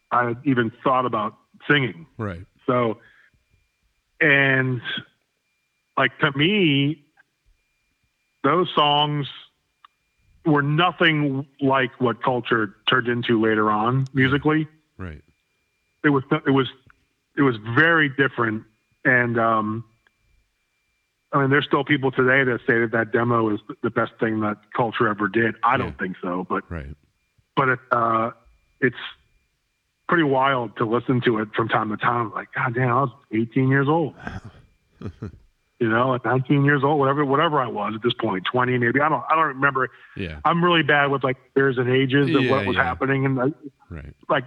[SPEAKER 2] I had even thought about singing.
[SPEAKER 1] Right.
[SPEAKER 2] So, and like to me, those songs were nothing like what culture turned into later on musically.
[SPEAKER 1] Right.
[SPEAKER 2] It was it was it was very different, and um, I mean, there's still people today that say that that demo is the best thing that culture ever did. I don't
[SPEAKER 1] Yeah.
[SPEAKER 2] think so, but
[SPEAKER 1] Right.
[SPEAKER 2] but it, uh, it's pretty wild to listen to it from time to time. Like, God damn, I was 18
[SPEAKER 1] [laughs]
[SPEAKER 2] years old. you know, at 19 years old, whatever, whatever I was at this point, 20 maybe. I don't, I don't remember.
[SPEAKER 1] Yeah.
[SPEAKER 2] I'm really bad with like years and ages and
[SPEAKER 1] Yeah,
[SPEAKER 2] what was
[SPEAKER 1] yeah.
[SPEAKER 2] happening. And like,
[SPEAKER 1] Right.
[SPEAKER 2] like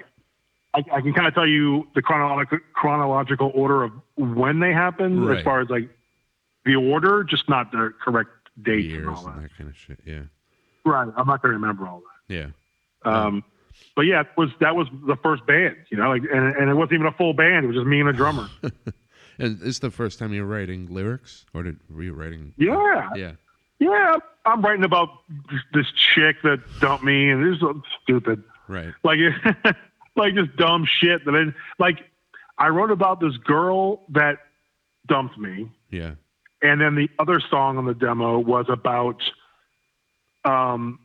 [SPEAKER 2] I, I can kind of tell you the chronological chronological order of when they happened,
[SPEAKER 1] Right.
[SPEAKER 2] as far as like the order, just not the correct dates and
[SPEAKER 1] Years
[SPEAKER 2] all
[SPEAKER 1] and
[SPEAKER 2] that.
[SPEAKER 1] that kind of shit. Yeah.
[SPEAKER 2] Right. I'm not going to remember all that.
[SPEAKER 1] Yeah.
[SPEAKER 2] Um, but yeah, it was that was the first band, you know, like, and, and it wasn't even a full band; it was just me and a drummer.
[SPEAKER 1] And this is the first time you're writing lyrics, or did were you writing?
[SPEAKER 2] yeah,
[SPEAKER 1] Yeah.
[SPEAKER 2] yeah, I'm writing about this chick that dumped me, and this is stupid,
[SPEAKER 1] Right.
[SPEAKER 2] like, [laughs] like just dumb shit. That I, like, I wrote about this girl that dumped me,
[SPEAKER 1] Yeah.
[SPEAKER 2] and then the other song on the demo was about, um,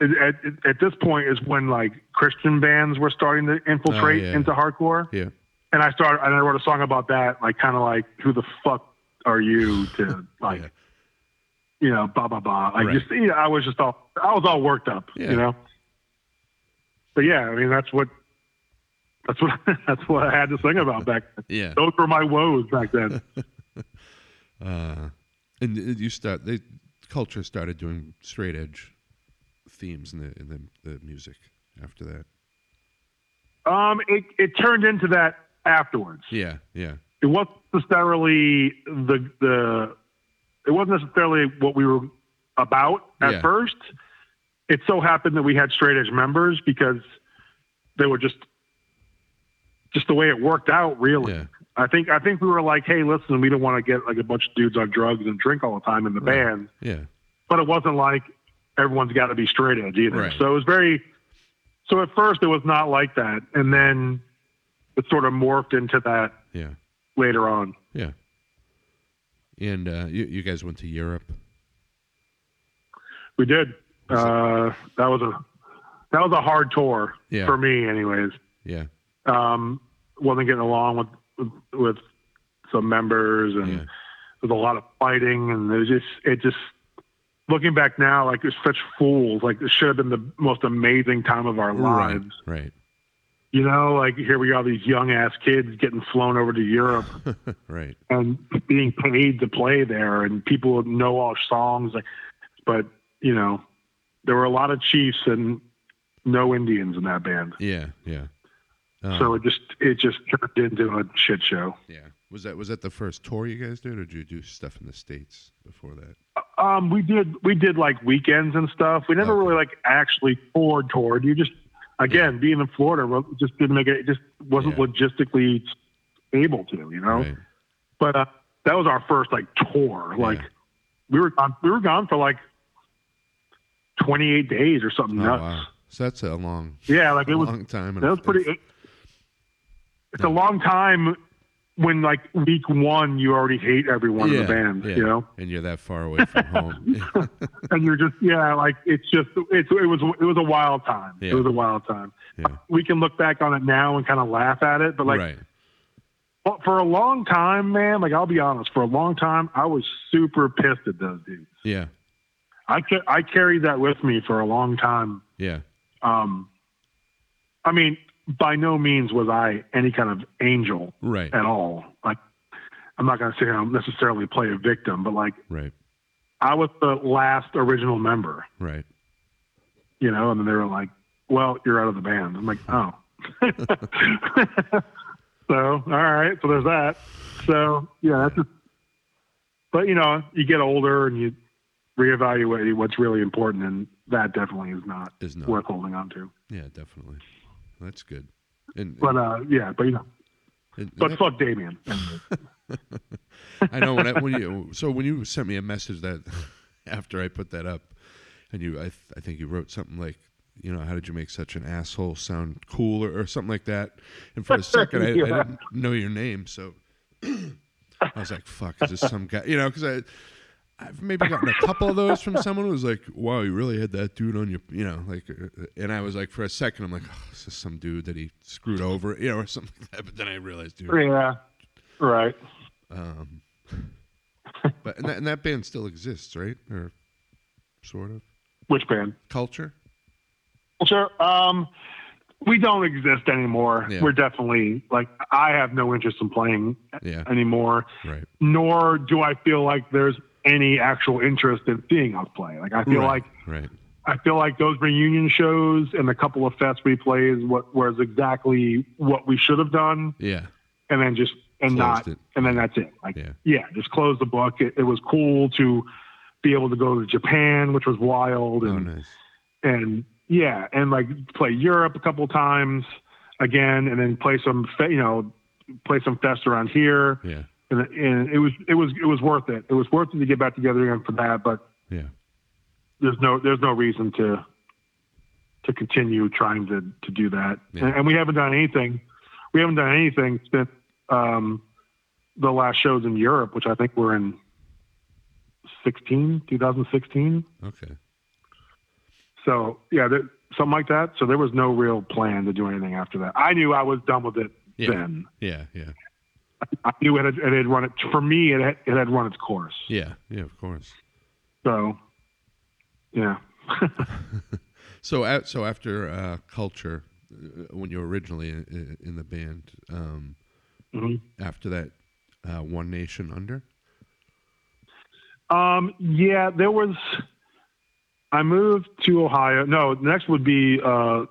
[SPEAKER 2] at, at- at this point is when like Christian bands were starting to infiltrate
[SPEAKER 1] yeah.
[SPEAKER 2] into hardcore.
[SPEAKER 1] Yeah.
[SPEAKER 2] and I started and I wrote a song about that, like kind of like who the fuck are you to
[SPEAKER 1] [laughs]
[SPEAKER 2] like,
[SPEAKER 1] Yeah.
[SPEAKER 2] you know, blah blah blah. Like
[SPEAKER 1] Right.
[SPEAKER 2] just you know, I was just all I was all worked up,
[SPEAKER 1] Yeah.
[SPEAKER 2] you know. But yeah, I mean that's what that's what [laughs] that's what I had to sing about back. Then.
[SPEAKER 1] [laughs] Yeah.
[SPEAKER 2] Those were my woes back then.
[SPEAKER 1] [laughs] Uh, and th- you start the culture started doing straight edge themes in the in the, the music after that.
[SPEAKER 2] um, it it turned into that afterwards.
[SPEAKER 1] Yeah. Yeah.
[SPEAKER 2] It wasn't necessarily the the it wasn't necessarily what we were about at
[SPEAKER 1] Yeah.
[SPEAKER 2] first. It so happened that we had straight edge members because they were just just the way it worked out. Really,
[SPEAKER 1] Yeah.
[SPEAKER 2] I think I think we were like, hey, listen, we don't want to get like a bunch of dudes on drugs and drink all the time in the
[SPEAKER 1] Right.
[SPEAKER 2] band,
[SPEAKER 1] Yeah.
[SPEAKER 2] but it wasn't like everyone's got to be straight edge either.
[SPEAKER 1] Right.
[SPEAKER 2] So it was very. So at first it was not like that, and then it sort of morphed into that
[SPEAKER 1] Yeah.
[SPEAKER 2] later on.
[SPEAKER 1] Yeah. And uh, you you guys went to Europe.
[SPEAKER 2] We did. Uh, that was a that was a hard tour
[SPEAKER 1] Yeah.
[SPEAKER 2] for me, anyways.
[SPEAKER 1] Yeah.
[SPEAKER 2] Um, wasn't getting along with with, with some members, and
[SPEAKER 1] Yeah.
[SPEAKER 2] there was a lot of fighting, and it was just it just looking back now, like it's such fools. Like it should have been the most amazing time of our lives.
[SPEAKER 1] Right.
[SPEAKER 2] You know, like here we are, these young ass kids getting flown over to Europe
[SPEAKER 1] Right. [laughs] right.
[SPEAKER 2] and being paid to play there, and people would know all songs. Like, but you know, there were a lot of Chiefs and no Indians in that band,
[SPEAKER 1] Yeah. Yeah. Um,
[SPEAKER 2] so it just it just turned into a shit show.
[SPEAKER 1] yeah. Was that was that the first tour you guys did, or did you do stuff in the states before that?
[SPEAKER 2] Um, we did we did like weekends and stuff. We never
[SPEAKER 1] Okay.
[SPEAKER 2] really like actually toured toured. You just again being in Florida well, it just didn't make it. It just wasn't
[SPEAKER 1] Yeah.
[SPEAKER 2] logistically able to. You know,
[SPEAKER 1] Right. Oh,
[SPEAKER 2] but uh, that was our first like tour. Like
[SPEAKER 1] Yeah.
[SPEAKER 2] we were gone, we were gone for like twenty eight days or something
[SPEAKER 1] Oh,
[SPEAKER 2] nuts.
[SPEAKER 1] wow. So that's a long,
[SPEAKER 2] Yeah, like
[SPEAKER 1] a
[SPEAKER 2] it was
[SPEAKER 1] long time. and
[SPEAKER 2] that was
[SPEAKER 1] it's-
[SPEAKER 2] pretty. It, it's a long time when like week one you already hate everyone in
[SPEAKER 1] Yeah,
[SPEAKER 2] the band,
[SPEAKER 1] yeah.
[SPEAKER 2] you know,
[SPEAKER 1] And you're that far away from
[SPEAKER 2] [laughs]
[SPEAKER 1] home.
[SPEAKER 2] and you're just yeah, like it's just it's it was it was a wild time.
[SPEAKER 1] Yeah.
[SPEAKER 2] It was a wild time.
[SPEAKER 1] Yeah.
[SPEAKER 2] We can look back on it now and kind of laugh at it, but like
[SPEAKER 1] right.
[SPEAKER 2] Well, for a long time, man, like I'll be honest, for a long time, I was super pissed at those dudes.
[SPEAKER 1] Yeah.
[SPEAKER 2] I ca- I carried that with me for a long time.
[SPEAKER 1] Yeah.
[SPEAKER 2] Um, I mean, by no means was I any kind of angel
[SPEAKER 1] Right.
[SPEAKER 2] at all. Like, I'm not gonna say I necessarily play a victim, but like
[SPEAKER 1] Right.
[SPEAKER 2] I was the last original member,
[SPEAKER 1] Right.
[SPEAKER 2] you know. And then they were like, "Well, you're out of the band." I'm like, "Oh." [laughs] so all right, so there's that. So yeah, that's just, but you know, you get older and you reevaluate what's really important, and that definitely is not
[SPEAKER 1] Is not.
[SPEAKER 2] worth holding on to.
[SPEAKER 1] Yeah, definitely. That's good. And,
[SPEAKER 2] But uh, yeah, but you know,
[SPEAKER 1] and- and
[SPEAKER 2] but
[SPEAKER 1] that-
[SPEAKER 2] fuck Damien.
[SPEAKER 1] I know when, I, when you so when you sent me a message that [laughs] after I put that up, and you I th- I think you wrote something like you know how did you make such an asshole sound cool or, or something like that, and for a second I, I
[SPEAKER 2] Yeah.
[SPEAKER 1] didn't know your name so I was like fuck is this some guy you know because I. I've maybe gotten a couple of those from someone who was like, "Wow, you really had that dude on your, you know, like," uh, and I was like, for a second, I'm like, oh, "Is this some dude that he screwed over, you know, or something like that?" But then I realized, dude,
[SPEAKER 2] yeah, right.
[SPEAKER 1] um, but and that, and that band still exists, right? Or sort of
[SPEAKER 2] Which band?
[SPEAKER 1] culture.
[SPEAKER 2] Well, sure. Um, we don't exist anymore.
[SPEAKER 1] Yeah.
[SPEAKER 2] We're definitely like I have no interest in playing
[SPEAKER 1] Yeah,
[SPEAKER 2] anymore.
[SPEAKER 1] right.
[SPEAKER 2] nor do I feel like there's any actual interest in seeing us play. Like I feel
[SPEAKER 1] right,
[SPEAKER 2] like
[SPEAKER 1] right.
[SPEAKER 2] I feel like those reunion shows and the couple of fests we played is what was exactly what we should have done,
[SPEAKER 1] Yeah,
[SPEAKER 2] and then just and
[SPEAKER 1] Closed
[SPEAKER 2] not
[SPEAKER 1] it.
[SPEAKER 2] and then that's it. Like
[SPEAKER 1] Yeah.
[SPEAKER 2] yeah, just close the book. It, it was cool to be able to go to Japan, which was wild,
[SPEAKER 1] Oh,
[SPEAKER 2] and
[SPEAKER 1] nice.
[SPEAKER 2] and yeah, and like play Europe a couple times again, and then play some fe- you know play some fest around here
[SPEAKER 1] Yeah,
[SPEAKER 2] and, and it was it was it was worth it. It was worth it to get back together again for that. But
[SPEAKER 1] yeah,
[SPEAKER 2] there's no there's no reason to to continue trying to to do that.
[SPEAKER 1] Yeah.
[SPEAKER 2] And, and we haven't done anything. We haven't done anything since um, the last shows in Europe, which I think were in 16, 2016.
[SPEAKER 1] okay.
[SPEAKER 2] So yeah, there, something like that. So there was no real plan to do anything after that. I knew I was done with it
[SPEAKER 1] Yeah.
[SPEAKER 2] then.
[SPEAKER 1] Yeah, yeah,
[SPEAKER 2] I knew it had, it had run it for me. It had, it had run its course.
[SPEAKER 1] yeah, yeah. Of course.
[SPEAKER 2] So, yeah.
[SPEAKER 1] So, at, so after uh, culture, uh, when you were originally in, in the band, um,
[SPEAKER 2] Mhm.
[SPEAKER 1] after that, uh, One Nation Under.
[SPEAKER 2] Um, yeah, there was. I moved to Ohio. No, next would be uh,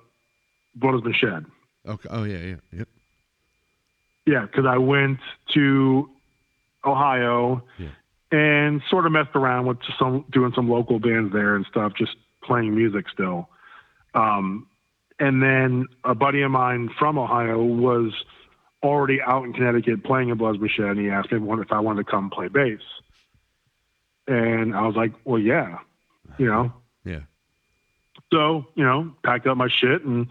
[SPEAKER 2] what has been shed.
[SPEAKER 1] Okay. Oh yeah, yeah, yep.
[SPEAKER 2] Yeah, because I went to Ohio
[SPEAKER 1] Yeah.
[SPEAKER 2] and sort of messed around with some doing some local bands there and stuff, just playing music still. Um, and then a buddy of mine from Ohio was already out in Connecticut playing in Buzz Shed, and he asked me if I wanted to come play bass. And I was like, well, yeah, you know.
[SPEAKER 1] Yeah,
[SPEAKER 2] So, you know, packed up my shit and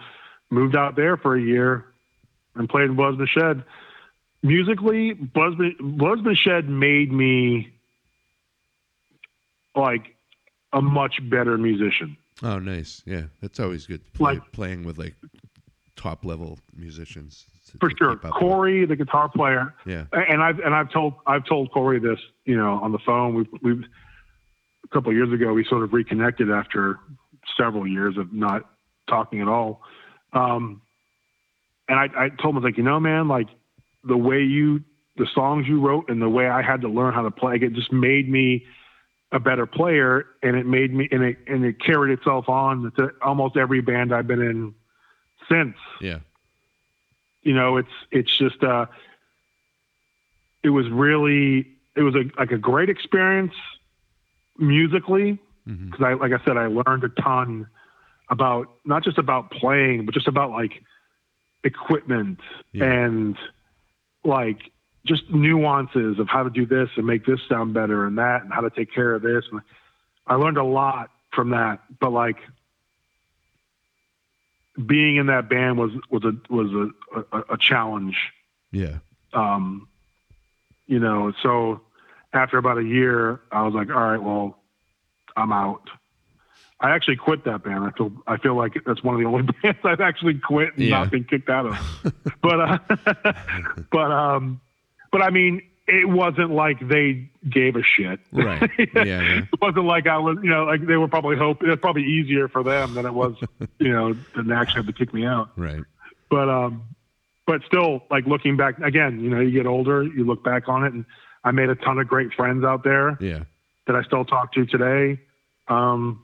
[SPEAKER 2] moved out there for a year and played in Busman Shed. Musically, Busman, Busman Shed made me like a much better musician.
[SPEAKER 1] Oh, nice. Yeah, that's always good. Play,
[SPEAKER 2] Like-
[SPEAKER 1] playing with like top level musicians to-
[SPEAKER 2] For
[SPEAKER 1] to
[SPEAKER 2] sure.
[SPEAKER 1] keep up with.
[SPEAKER 2] Corey, the guitar player,
[SPEAKER 1] Yeah,
[SPEAKER 2] and I've and I've told I've told Corey this, you know, on the phone. We've we've a couple of years ago we sort of reconnected after several years of not talking at all. Um, and I, I told him I was like, you know, man, like the way you the songs you wrote and the way I had to learn how to play, like, it just made me a better player, and it made me and it and it carried itself on to almost every band I've been in since
[SPEAKER 1] yeah,
[SPEAKER 2] you know it's it's just uh it was really it was a like a great experience musically
[SPEAKER 1] Mhm.
[SPEAKER 2] because i like i said i learned a ton about not just about playing but just about like equipment
[SPEAKER 1] Yeah.
[SPEAKER 2] and like just nuances of how to do this and make this sound better and that and how to take care of this and i learned a lot from that but like being in that band was was a was a a, a challenge.
[SPEAKER 1] Yeah.
[SPEAKER 2] Um, you know, so after about a year, I was like, all right, well, I'm out. I actually quit that band. I feel I feel like that's one of the only [laughs] bands I've actually quit and
[SPEAKER 1] Yeah.
[SPEAKER 2] not been kicked out of. [laughs] but uh, but um, but I mean, it wasn't like they gave a shit. [laughs]
[SPEAKER 1] Right. Yeah. yeah.
[SPEAKER 2] It wasn't like I was, you know, like they were probably hoping it's probably easier for them than
[SPEAKER 1] [laughs]
[SPEAKER 2] it was, you know, than to actually have to kick me out.
[SPEAKER 1] Right.
[SPEAKER 2] But um, but still, like looking back again, you know, you get older, you look back on it, and I made a ton of great friends out there
[SPEAKER 1] Yeah.
[SPEAKER 2] that I still talk to today. Um,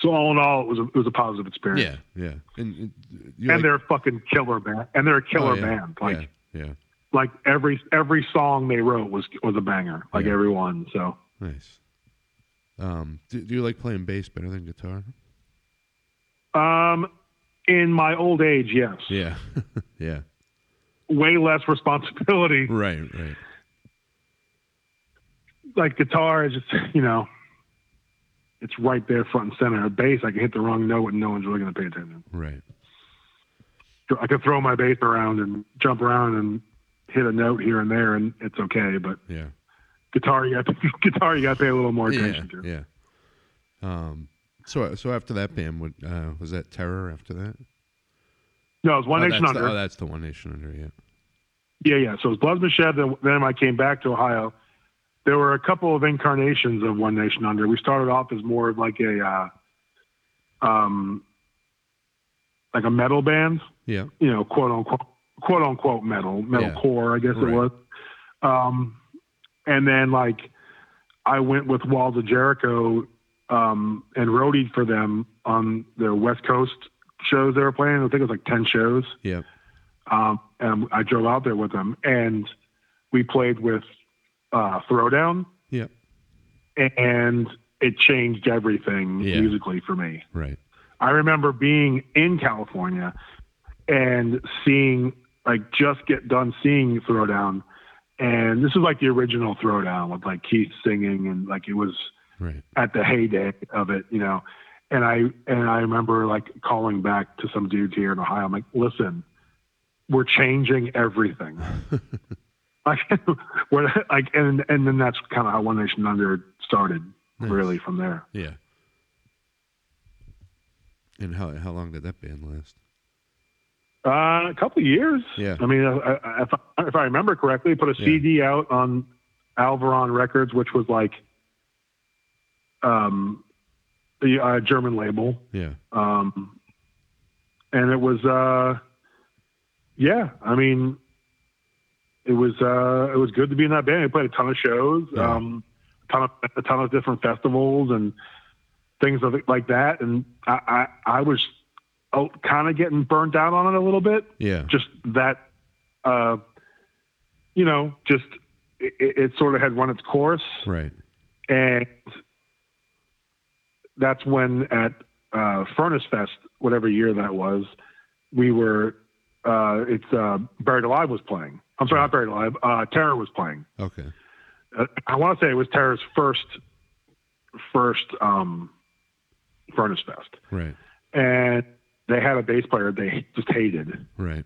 [SPEAKER 2] so all in all, it was a, it was a positive experience.
[SPEAKER 1] Yeah. Yeah. And, and you
[SPEAKER 2] and
[SPEAKER 1] like,
[SPEAKER 2] they're a fucking killer band, and they're a killer
[SPEAKER 1] oh, yeah,
[SPEAKER 2] band. Like
[SPEAKER 1] yeah. Yeah.
[SPEAKER 2] like every every song they wrote was was a banger. Like
[SPEAKER 1] Yeah.
[SPEAKER 2] every one. So
[SPEAKER 1] Nice. Um, do, do you like playing bass better than guitar?
[SPEAKER 2] um, in my old age, yes,
[SPEAKER 1] Yeah. [laughs] yeah.
[SPEAKER 2] way less [laughs] responsibility.
[SPEAKER 1] Right. Right.
[SPEAKER 2] Like guitar is just [laughs] you know, it's right there front and center. A bass, I can hit the wrong note and no one's really gonna pay attention.
[SPEAKER 1] Right.
[SPEAKER 2] I could throw my bass around and jump around and hit a note here and there, and it's okay. But
[SPEAKER 1] Yeah.
[SPEAKER 2] guitar you got to, guitar you got to pay [laughs] a little more
[SPEAKER 1] Yeah.
[SPEAKER 2] attention to.
[SPEAKER 1] Yeah. Um. So so after that band, what uh, was that? Terror after that?
[SPEAKER 2] No, it's One
[SPEAKER 1] oh,
[SPEAKER 2] Nation
[SPEAKER 1] that's the-
[SPEAKER 2] Under.
[SPEAKER 1] oh, that's the One Nation Under. Yeah.
[SPEAKER 2] yeah, yeah. So it was Blood Machete. Then, then when I came back to Ohio, there were a couple of incarnations of One Nation Under. We started off as more of like a, uh, um, like a metal band,
[SPEAKER 1] Yeah.
[SPEAKER 2] you know, quote unquote, quote unquote metal, metal
[SPEAKER 1] Yeah.
[SPEAKER 2] core, I guess
[SPEAKER 1] Right.
[SPEAKER 2] it was. Um, and then like I went with Walls of Jericho um, and roadied for them on their West Coast shows they were playing. I think it was like ten shows.
[SPEAKER 1] Yeah.
[SPEAKER 2] Um, and I drove out there with them, and we played with uh, Throwdown,
[SPEAKER 1] Yeah.
[SPEAKER 2] and it changed everything
[SPEAKER 1] Yeah.
[SPEAKER 2] musically for me.
[SPEAKER 1] Right.
[SPEAKER 2] I remember being in California and seeing, like, just get done seeing Throwdown. And this is like the original Throwdown with like Keith singing, and like it was
[SPEAKER 1] Right.
[SPEAKER 2] at the heyday of it, you know. And I and I remember like calling back to some dudes here in Ohio. I'm like, listen, we're changing everything. like, [laughs] we're, like, and and then that's kind of how One Nation Under started,
[SPEAKER 1] Nice.
[SPEAKER 2] really, from there.
[SPEAKER 1] Yeah. And how how long did that band last?
[SPEAKER 2] Uh, a couple of years.
[SPEAKER 1] Yeah.
[SPEAKER 2] I mean, I, I, if, I, if I remember correctly, put a
[SPEAKER 1] Yeah.
[SPEAKER 2] CD out on Alvaron Records, which was like um, the uh, German label,
[SPEAKER 1] Yeah.
[SPEAKER 2] um, and it was uh, yeah. I mean, it was uh, it was good to be in that band. We played a ton of shows,
[SPEAKER 1] Yeah.
[SPEAKER 2] um, a ton of a ton of different festivals and things of it like that. And I I, I was oh, kind of getting burnt out on it a little bit
[SPEAKER 1] Yeah.
[SPEAKER 2] just that, uh, you know, just it, it sort of had run its course,
[SPEAKER 1] Right.
[SPEAKER 2] and that's when at uh, Furnace Fest, whatever year that was, we were. Uh, it's uh, Buried Alive was playing. I'm sorry, not Buried Alive. Uh, Terror was playing.
[SPEAKER 1] Okay.
[SPEAKER 2] Uh, I want to say it was Terror's first, first um, Furnace Fest,
[SPEAKER 1] Right.
[SPEAKER 2] and they had a bass player they just hated.
[SPEAKER 1] Right.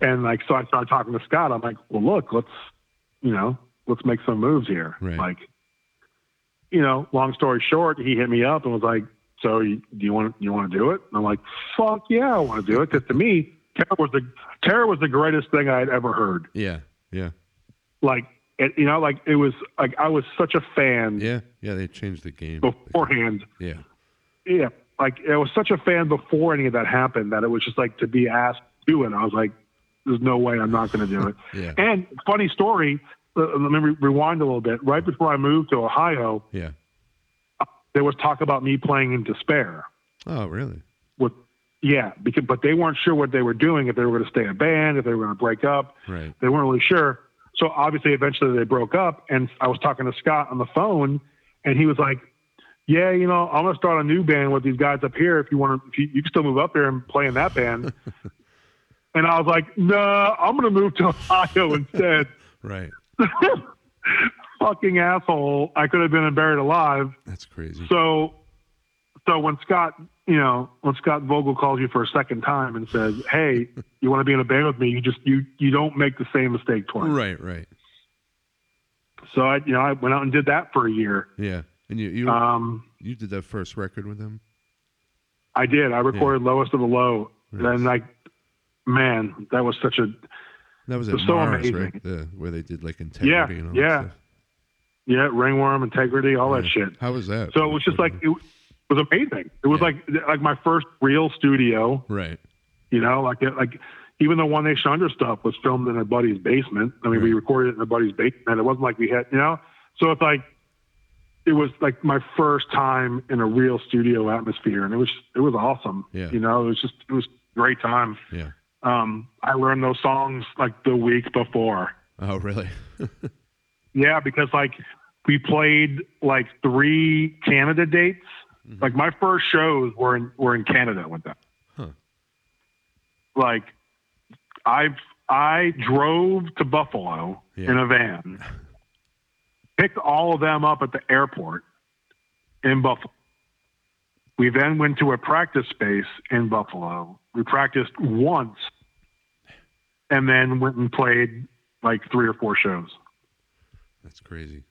[SPEAKER 2] And like, so I started talking to Scott. I'm like, well, look, let's, you know, let's make some moves here.
[SPEAKER 1] Right.
[SPEAKER 2] Like, you know, long story short, he hit me up and was like, so you, do you want you want to do it? And I'm like, fuck yeah, I want to do it. Because to me, terror was the terror was the greatest thing I had ever heard.
[SPEAKER 1] Yeah. Yeah.
[SPEAKER 2] Like, it, you know, like it was like I was such a fan
[SPEAKER 1] Yeah. Yeah. They changed the game.
[SPEAKER 2] beforehand.
[SPEAKER 1] Yeah.
[SPEAKER 2] Yeah, like I was such a fan before any of that happened that it was just like to be asked to do it. I was like, there's no way I'm not going to do it.
[SPEAKER 1] Yeah.
[SPEAKER 2] And funny story, uh, let me re- rewind a little bit. Right before I moved to Ohio,
[SPEAKER 1] Yeah.
[SPEAKER 2] there was talk about me playing in Despair.
[SPEAKER 1] Oh, really?
[SPEAKER 2] With yeah, because but they weren't sure what they were doing. If they were going to stay a band, if they were going to break up,
[SPEAKER 1] Right.
[SPEAKER 2] they weren't really sure. So obviously, eventually they broke up. And I was talking to Scott on the phone, and he was like, "Yeah, you know, I'm going to start a new band with these guys up here. If you want to, if you, you can still move up there and play in that band." and I was like, "No, nah, I'm going to move to Ohio instead."
[SPEAKER 1] Right.
[SPEAKER 2] fucking asshole. I could have been buried alive.
[SPEAKER 1] That's crazy.
[SPEAKER 2] So, so when Scott you know, when Scott Vogel calls you for a second time and says,
[SPEAKER 1] [laughs]
[SPEAKER 2] "Hey, you want to be in a band with me?" You just you you don't make the same mistake twice.
[SPEAKER 1] Right, right.
[SPEAKER 2] So I you know I went out and did that for a year.
[SPEAKER 1] Yeah. And you you,
[SPEAKER 2] Um,
[SPEAKER 1] you did that first record with them?
[SPEAKER 2] I did. I recorded lowest of the low.
[SPEAKER 1] Nice.
[SPEAKER 2] And then like, man, that was such a
[SPEAKER 1] That was
[SPEAKER 2] It
[SPEAKER 1] at
[SPEAKER 2] was so
[SPEAKER 1] Mars,
[SPEAKER 2] amazing.
[SPEAKER 1] right? The, where they did like integrity and all that
[SPEAKER 2] yeah.
[SPEAKER 1] stuff.
[SPEAKER 2] yeah ringworm integrity all that
[SPEAKER 1] Yeah.
[SPEAKER 2] shit.
[SPEAKER 1] How was that?
[SPEAKER 2] So it was just like it was amazing. It was
[SPEAKER 1] Yeah.
[SPEAKER 2] like like my first real studio.
[SPEAKER 1] right.
[SPEAKER 2] You know, like like even the One Nation Under stuff was filmed in a buddy's basement. I mean, we
[SPEAKER 1] Right.
[SPEAKER 2] recorded it in a buddy's basement. It wasn't like we had, you know. So it's like it was like my first time in a real studio atmosphere, and it was it was awesome.
[SPEAKER 1] Yeah.
[SPEAKER 2] You know, it was just it was a great time.
[SPEAKER 1] Yeah.
[SPEAKER 2] Um, I learned those songs like the week before.
[SPEAKER 1] Oh, really?
[SPEAKER 2] Yeah, because like we played like three Canada dates.
[SPEAKER 1] Mhm.
[SPEAKER 2] Like my first shows were in were in Canada with them.
[SPEAKER 1] Huh.
[SPEAKER 2] Like I've I drove to Buffalo
[SPEAKER 1] Yeah.
[SPEAKER 2] in a van, picked all of them up at the airport in Buffalo. We then went to a practice space in Buffalo. We practiced once and then went and played like three or four shows.
[SPEAKER 1] That's crazy.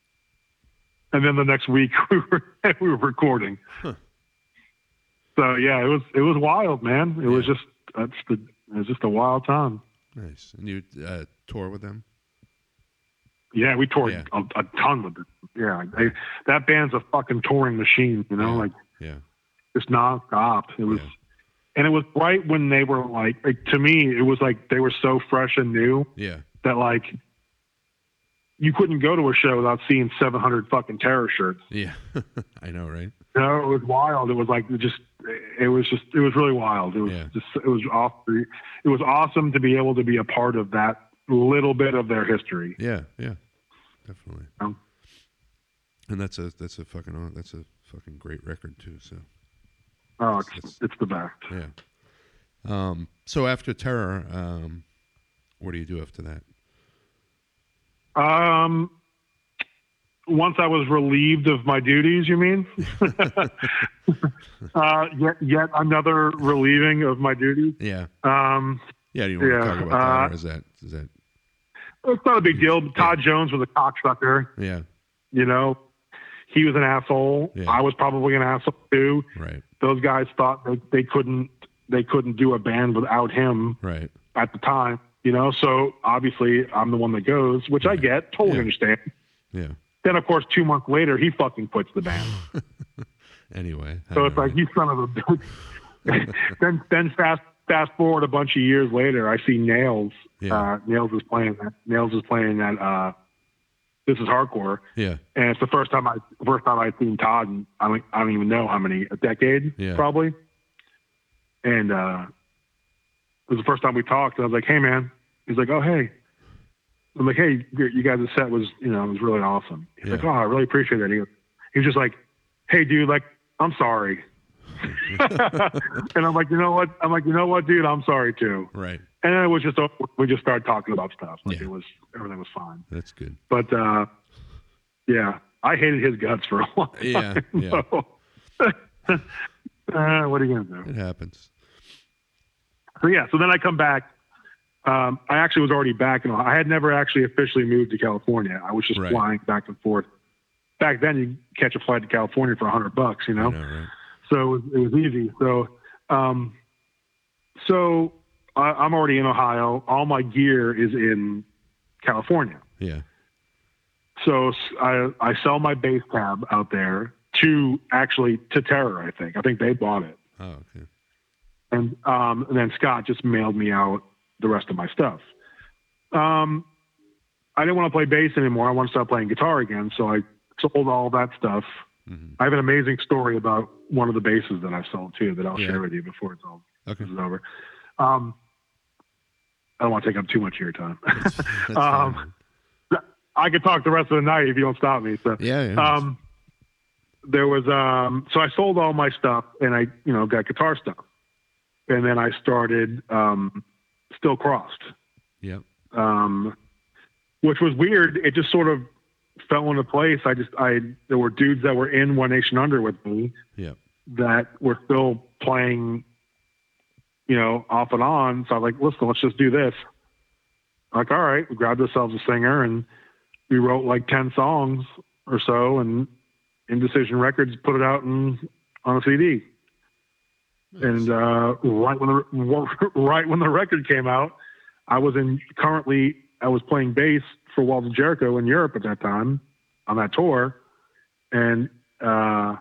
[SPEAKER 2] and then the next week [laughs] we were we were recording.
[SPEAKER 1] Huh.
[SPEAKER 2] So yeah, it was it was wild, man. It was
[SPEAKER 1] Yeah.
[SPEAKER 2] just that's the it was just a wild time.
[SPEAKER 1] Nice. And you uh, tour with them?
[SPEAKER 2] Yeah, we toured
[SPEAKER 1] Yeah.
[SPEAKER 2] a, a ton with it. Yeah, they, that band's a fucking touring machine, you know,
[SPEAKER 1] Yeah.
[SPEAKER 2] like
[SPEAKER 1] Yeah.
[SPEAKER 2] just nonstop. It was,
[SPEAKER 1] Yeah.
[SPEAKER 2] and it was right when they were like, like to me, it was like they were so fresh and new
[SPEAKER 1] Yeah.
[SPEAKER 2] that like you couldn't go to a show without seeing 700 fucking terror shirts.
[SPEAKER 1] Yeah. [laughs] I know, right?
[SPEAKER 2] No, it was wild. It was like it just, it was just, it was really wild. It was
[SPEAKER 1] Yeah.
[SPEAKER 2] just, it was off. It was awesome to be able to be a part of that little bit of their history.
[SPEAKER 1] Yeah. Yeah. Definitely.
[SPEAKER 2] Um,
[SPEAKER 1] And that's a that's a fucking aw- that's a fucking great record too. So
[SPEAKER 2] Oh, it's,
[SPEAKER 1] That's-
[SPEAKER 2] it's the best.
[SPEAKER 1] yeah. Um. So after Terror, um, what do you do after that?
[SPEAKER 2] Um, once I was relieved of my duties,
[SPEAKER 1] [laughs]
[SPEAKER 2] you mean? uh, yet, yet another relieving of my duties.
[SPEAKER 1] Yeah.
[SPEAKER 2] Um,
[SPEAKER 1] Yeah. Do you want
[SPEAKER 2] Yeah,
[SPEAKER 1] to talk about that,
[SPEAKER 2] uh,
[SPEAKER 1] or is that is that
[SPEAKER 2] it's not a big deal. but Todd Jones was a cocksucker.
[SPEAKER 1] yeah
[SPEAKER 2] You know, he was an asshole.
[SPEAKER 1] Yeah.
[SPEAKER 2] I was probably an asshole too.
[SPEAKER 1] right
[SPEAKER 2] those guys thought they, they couldn't they couldn't do a band without him
[SPEAKER 1] right
[SPEAKER 2] at the time you know so obviously i'm the one that goes which i
[SPEAKER 1] Right.
[SPEAKER 2] get totally
[SPEAKER 1] Yeah.
[SPEAKER 2] understand
[SPEAKER 1] yeah.
[SPEAKER 2] then of course two months later he fucking quits the band
[SPEAKER 1] Anyway. I
[SPEAKER 2] so
[SPEAKER 1] don't
[SPEAKER 2] it's
[SPEAKER 1] know,
[SPEAKER 2] like
[SPEAKER 1] right?
[SPEAKER 2] you son of a bitch
[SPEAKER 1] [laughs]
[SPEAKER 2] then then fast fast forward a bunch of years later i see nails
[SPEAKER 1] Yeah.
[SPEAKER 2] uh, nails is playing that nails is playing that uh, this is hardcore
[SPEAKER 1] yeah.
[SPEAKER 2] and it's the first time I first time I'd seen Todd. In, I don't, I don't even know how many a decade
[SPEAKER 1] Yeah.
[SPEAKER 2] probably. And uh, it was the first time we talked. And I was like, "Hey, man." He's like, "Oh, hey." I'm like, "Hey, your- you guys' set was you know was really awesome." He's
[SPEAKER 1] Yeah.
[SPEAKER 2] like, "Oh, I really appreciate it." He, he was just like, "Hey, dude, like I'm
[SPEAKER 1] [laughs]
[SPEAKER 2] sorry." and I'm like, you know what? I'm like, you know what, dude? I'm sorry too.
[SPEAKER 1] Right.
[SPEAKER 2] And then it was just we just started talking about stuff. Like
[SPEAKER 1] Yeah.
[SPEAKER 2] it was everything was fine.
[SPEAKER 1] That's
[SPEAKER 2] [laughs]
[SPEAKER 1] good.
[SPEAKER 2] But uh, yeah, I hated his guts for a [laughs] while.
[SPEAKER 1] Yeah, yeah.
[SPEAKER 2] So, [laughs] uh, what are you gonna do?
[SPEAKER 1] It happens.
[SPEAKER 2] So yeah, so then I come back. Um, I actually was already back in. I had never actually officially moved to California. I was just
[SPEAKER 1] Right.
[SPEAKER 2] flying back and forth. Back then, you catch a flight to California for a hundred bucks, you know.
[SPEAKER 1] I know, right?
[SPEAKER 2] So it was, it was easy. So, um, so I, I'm already in Ohio. All my gear is in California.
[SPEAKER 1] Yeah.
[SPEAKER 2] So s- I, I sell my base cab out there to actually to Terror. I think I think they bought it,
[SPEAKER 1] Oh, okay.
[SPEAKER 2] and um, and then Scott just mailed me out the rest of my stuff. Um, I didn't want to play bass anymore. I want to start playing guitar again. So I sold all that stuff.
[SPEAKER 1] hmm
[SPEAKER 2] I have an amazing story about one of the bases that I sold too that I'll
[SPEAKER 1] Yeah.
[SPEAKER 2] share with you before it's all [laughs]
[SPEAKER 1] Okay.
[SPEAKER 2] this is over. Um, I don't want to take up too much of your time. [laughs]
[SPEAKER 1] That's, that's fine,
[SPEAKER 2] Um,
[SPEAKER 1] man.
[SPEAKER 2] I could talk the rest of the night if you don't stop me. So
[SPEAKER 1] yeah. yeah that's-
[SPEAKER 2] um, there was um, so I sold all my stuff and I you know got guitar stuff, and then I started um, still crossed,
[SPEAKER 1] yep.
[SPEAKER 2] um, which was weird. It just sort of [laughs] fell into place. I just I there were dudes that were in One Nation Under with me
[SPEAKER 1] Yep.
[SPEAKER 2] that were still playing, you know, off and on. So I'm like, listen, let's just do this. Like, all right, we grabbed ourselves a singer and we wrote like 10 songs or so and Indecision Records put it out in, on a CD. And uh, right when the [laughs] right when the record came out, I was in currently I was playing bass for Walton Jericho in Europe at that time on that tour, and uh,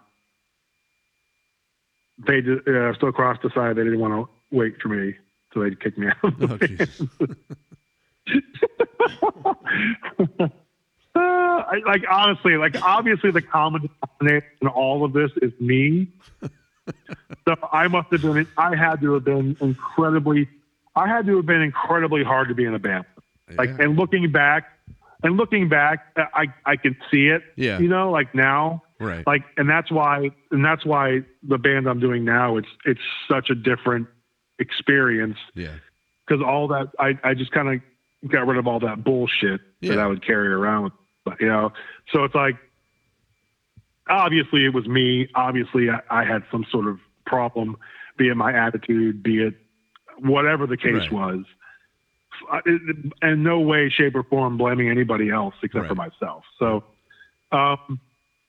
[SPEAKER 2] they uh, still crossed the side. They didn't want to wait for me, so they kicked me out.
[SPEAKER 1] Oh, Jesus.
[SPEAKER 2] uh, I, like honestly, like obviously, the common denominator in all of this is
[SPEAKER 1] [laughs]
[SPEAKER 2] me. so I must have been. I had to have been incredibly. I had to have been incredibly hard to be in a band. Like,
[SPEAKER 1] yeah.
[SPEAKER 2] and looking back, and looking back, uh, I I can see it.
[SPEAKER 1] Yeah.
[SPEAKER 2] You know, like now,
[SPEAKER 1] right.
[SPEAKER 2] like, and that's why, and that's why the band I'm doing now, it's it's such a different experience
[SPEAKER 1] yeah.
[SPEAKER 2] because all that I, I just kind of got rid of all that bullshit that
[SPEAKER 1] Yeah.
[SPEAKER 2] I would carry around. With, but, you know, so it's like obviously it was me. Obviously I, I had some sort of problem, be it my attitude, be it whatever the case
[SPEAKER 1] Right.
[SPEAKER 2] was. I- it- In no way, shape, or form blaming anybody else except for myself. So, um,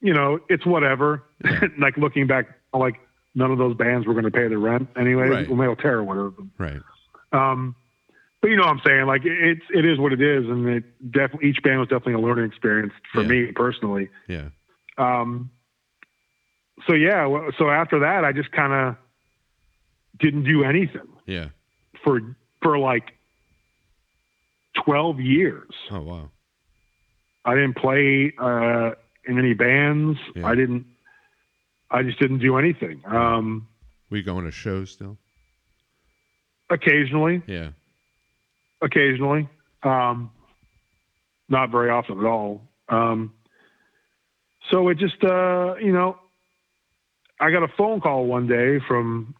[SPEAKER 2] you know, it's whatever. [laughs] like looking back, like none of those bands were going to pay the rent anyway.
[SPEAKER 1] Right.
[SPEAKER 2] Male Terror would have.
[SPEAKER 1] Right.
[SPEAKER 2] Um, but you know what I'm saying? Like it- it's it is what it is, and it definitely each band was definitely a learning experience for
[SPEAKER 1] Yeah.
[SPEAKER 2] me personally.
[SPEAKER 1] Yeah.
[SPEAKER 2] Um, so yeah, well, so after that, I just kind of didn't do anything
[SPEAKER 1] Yeah.
[SPEAKER 2] for for like twelve years.
[SPEAKER 1] Oh wow.
[SPEAKER 2] I didn't play uh, in any bands.
[SPEAKER 1] Yeah.
[SPEAKER 2] I didn't. I just didn't do anything. Um,
[SPEAKER 1] Were you going to shows still?
[SPEAKER 2] occasionally,
[SPEAKER 1] Yeah.
[SPEAKER 2] occasionally, um, not very often at all. Um, so it just, uh, you know, I got a phone call one day from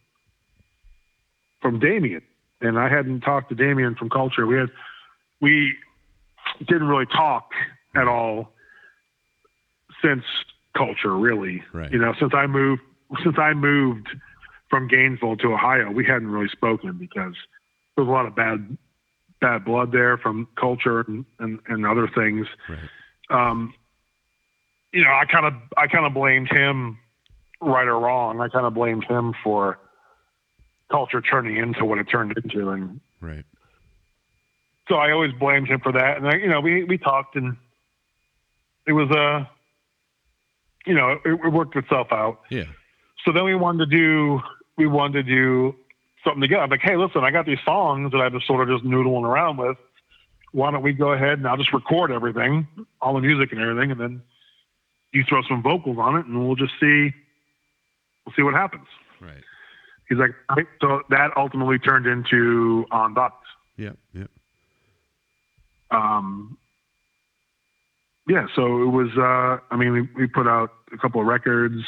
[SPEAKER 2] from Damien, and I hadn't talked to Damien from Culture. We had we didn't really talk at all since Culture, really.
[SPEAKER 1] Right.
[SPEAKER 2] You know, since I moved since I moved from Gainesville to Ohio, we hadn't really spoken because there was a lot of bad bad blood there from culture and, and, and other things.
[SPEAKER 1] Right.
[SPEAKER 2] Um, you know, I kind of I kind of blamed him, right or wrong. I kind of blamed him for culture turning into what it turned into, and
[SPEAKER 1] Right.
[SPEAKER 2] so I always blamed him for that. And I, you know, we we talked, and it was uh, you know, it, it worked itself out
[SPEAKER 1] Yeah.
[SPEAKER 2] so then we wanted to do we wanted to do something together. I'm like, hey, listen, I got these songs that I've been sort of just noodling around with. Why don't we go ahead and I'll just record everything, all the music and everything, and then you throw some vocals on it, and we'll just see we'll see what happens.
[SPEAKER 1] Right.
[SPEAKER 2] He's like, all right. so that ultimately turned into on Dots.
[SPEAKER 1] Yep. Yep.
[SPEAKER 2] Um, yeah, so it was. Uh, I mean, we, we put out a couple of records,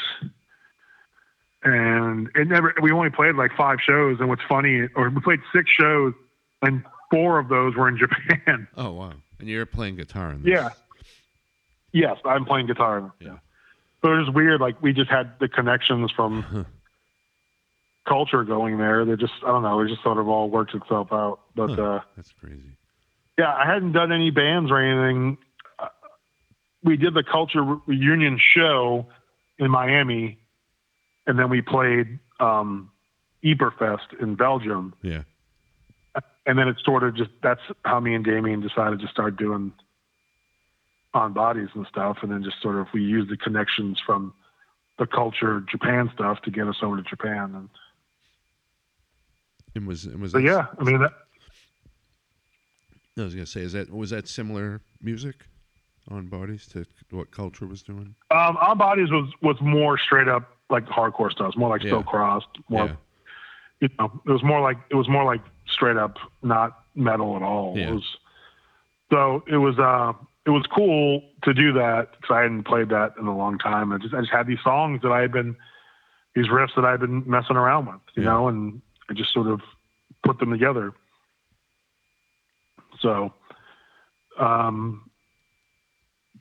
[SPEAKER 2] and it never. We only played like five shows, and what's funny, or we played six shows, and four of those were in [laughs] Japan.
[SPEAKER 1] Oh wow. And you're playing guitar in this.
[SPEAKER 2] Yeah. yes, I'm playing guitar.
[SPEAKER 1] Yeah.
[SPEAKER 2] So it was weird. Like we just had the connections from
[SPEAKER 1] [laughs]
[SPEAKER 2] culture going there. They just, I don't know, it just sort of all works itself out. But
[SPEAKER 1] Huh.
[SPEAKER 2] uh,
[SPEAKER 1] That's crazy.
[SPEAKER 2] Yeah, I hadn't done any bands or anything. Uh, We did the culture re- reunion show in Miami, and then we played um, Eberfest in Belgium.
[SPEAKER 1] Yeah.
[SPEAKER 2] And then it sort of just that's how me and Damien decided to start doing on bodies and stuff. And then just sort of we used the connections from the culture Japan stuff to get us over to Japan. And
[SPEAKER 1] And was and was
[SPEAKER 2] so,
[SPEAKER 1] that,
[SPEAKER 2] yeah, I mean, that,
[SPEAKER 1] I was gonna say, is that was that similar music on bodies to what culture was doing?
[SPEAKER 2] um, on bodies was, was more straight up like hardcore stuff, It's more like
[SPEAKER 1] Yeah.
[SPEAKER 2] still crossed, more
[SPEAKER 1] yeah.
[SPEAKER 2] you know, it was more like it was more like straight up not metal at all.
[SPEAKER 1] Yeah.
[SPEAKER 2] It was, so it was uh it was cool to do that because I hadn't played that in a long time. I just I just had these songs that I had been these riffs that I'd been messing around with, you
[SPEAKER 1] Yeah.
[SPEAKER 2] know, and I just sort of put them together. So um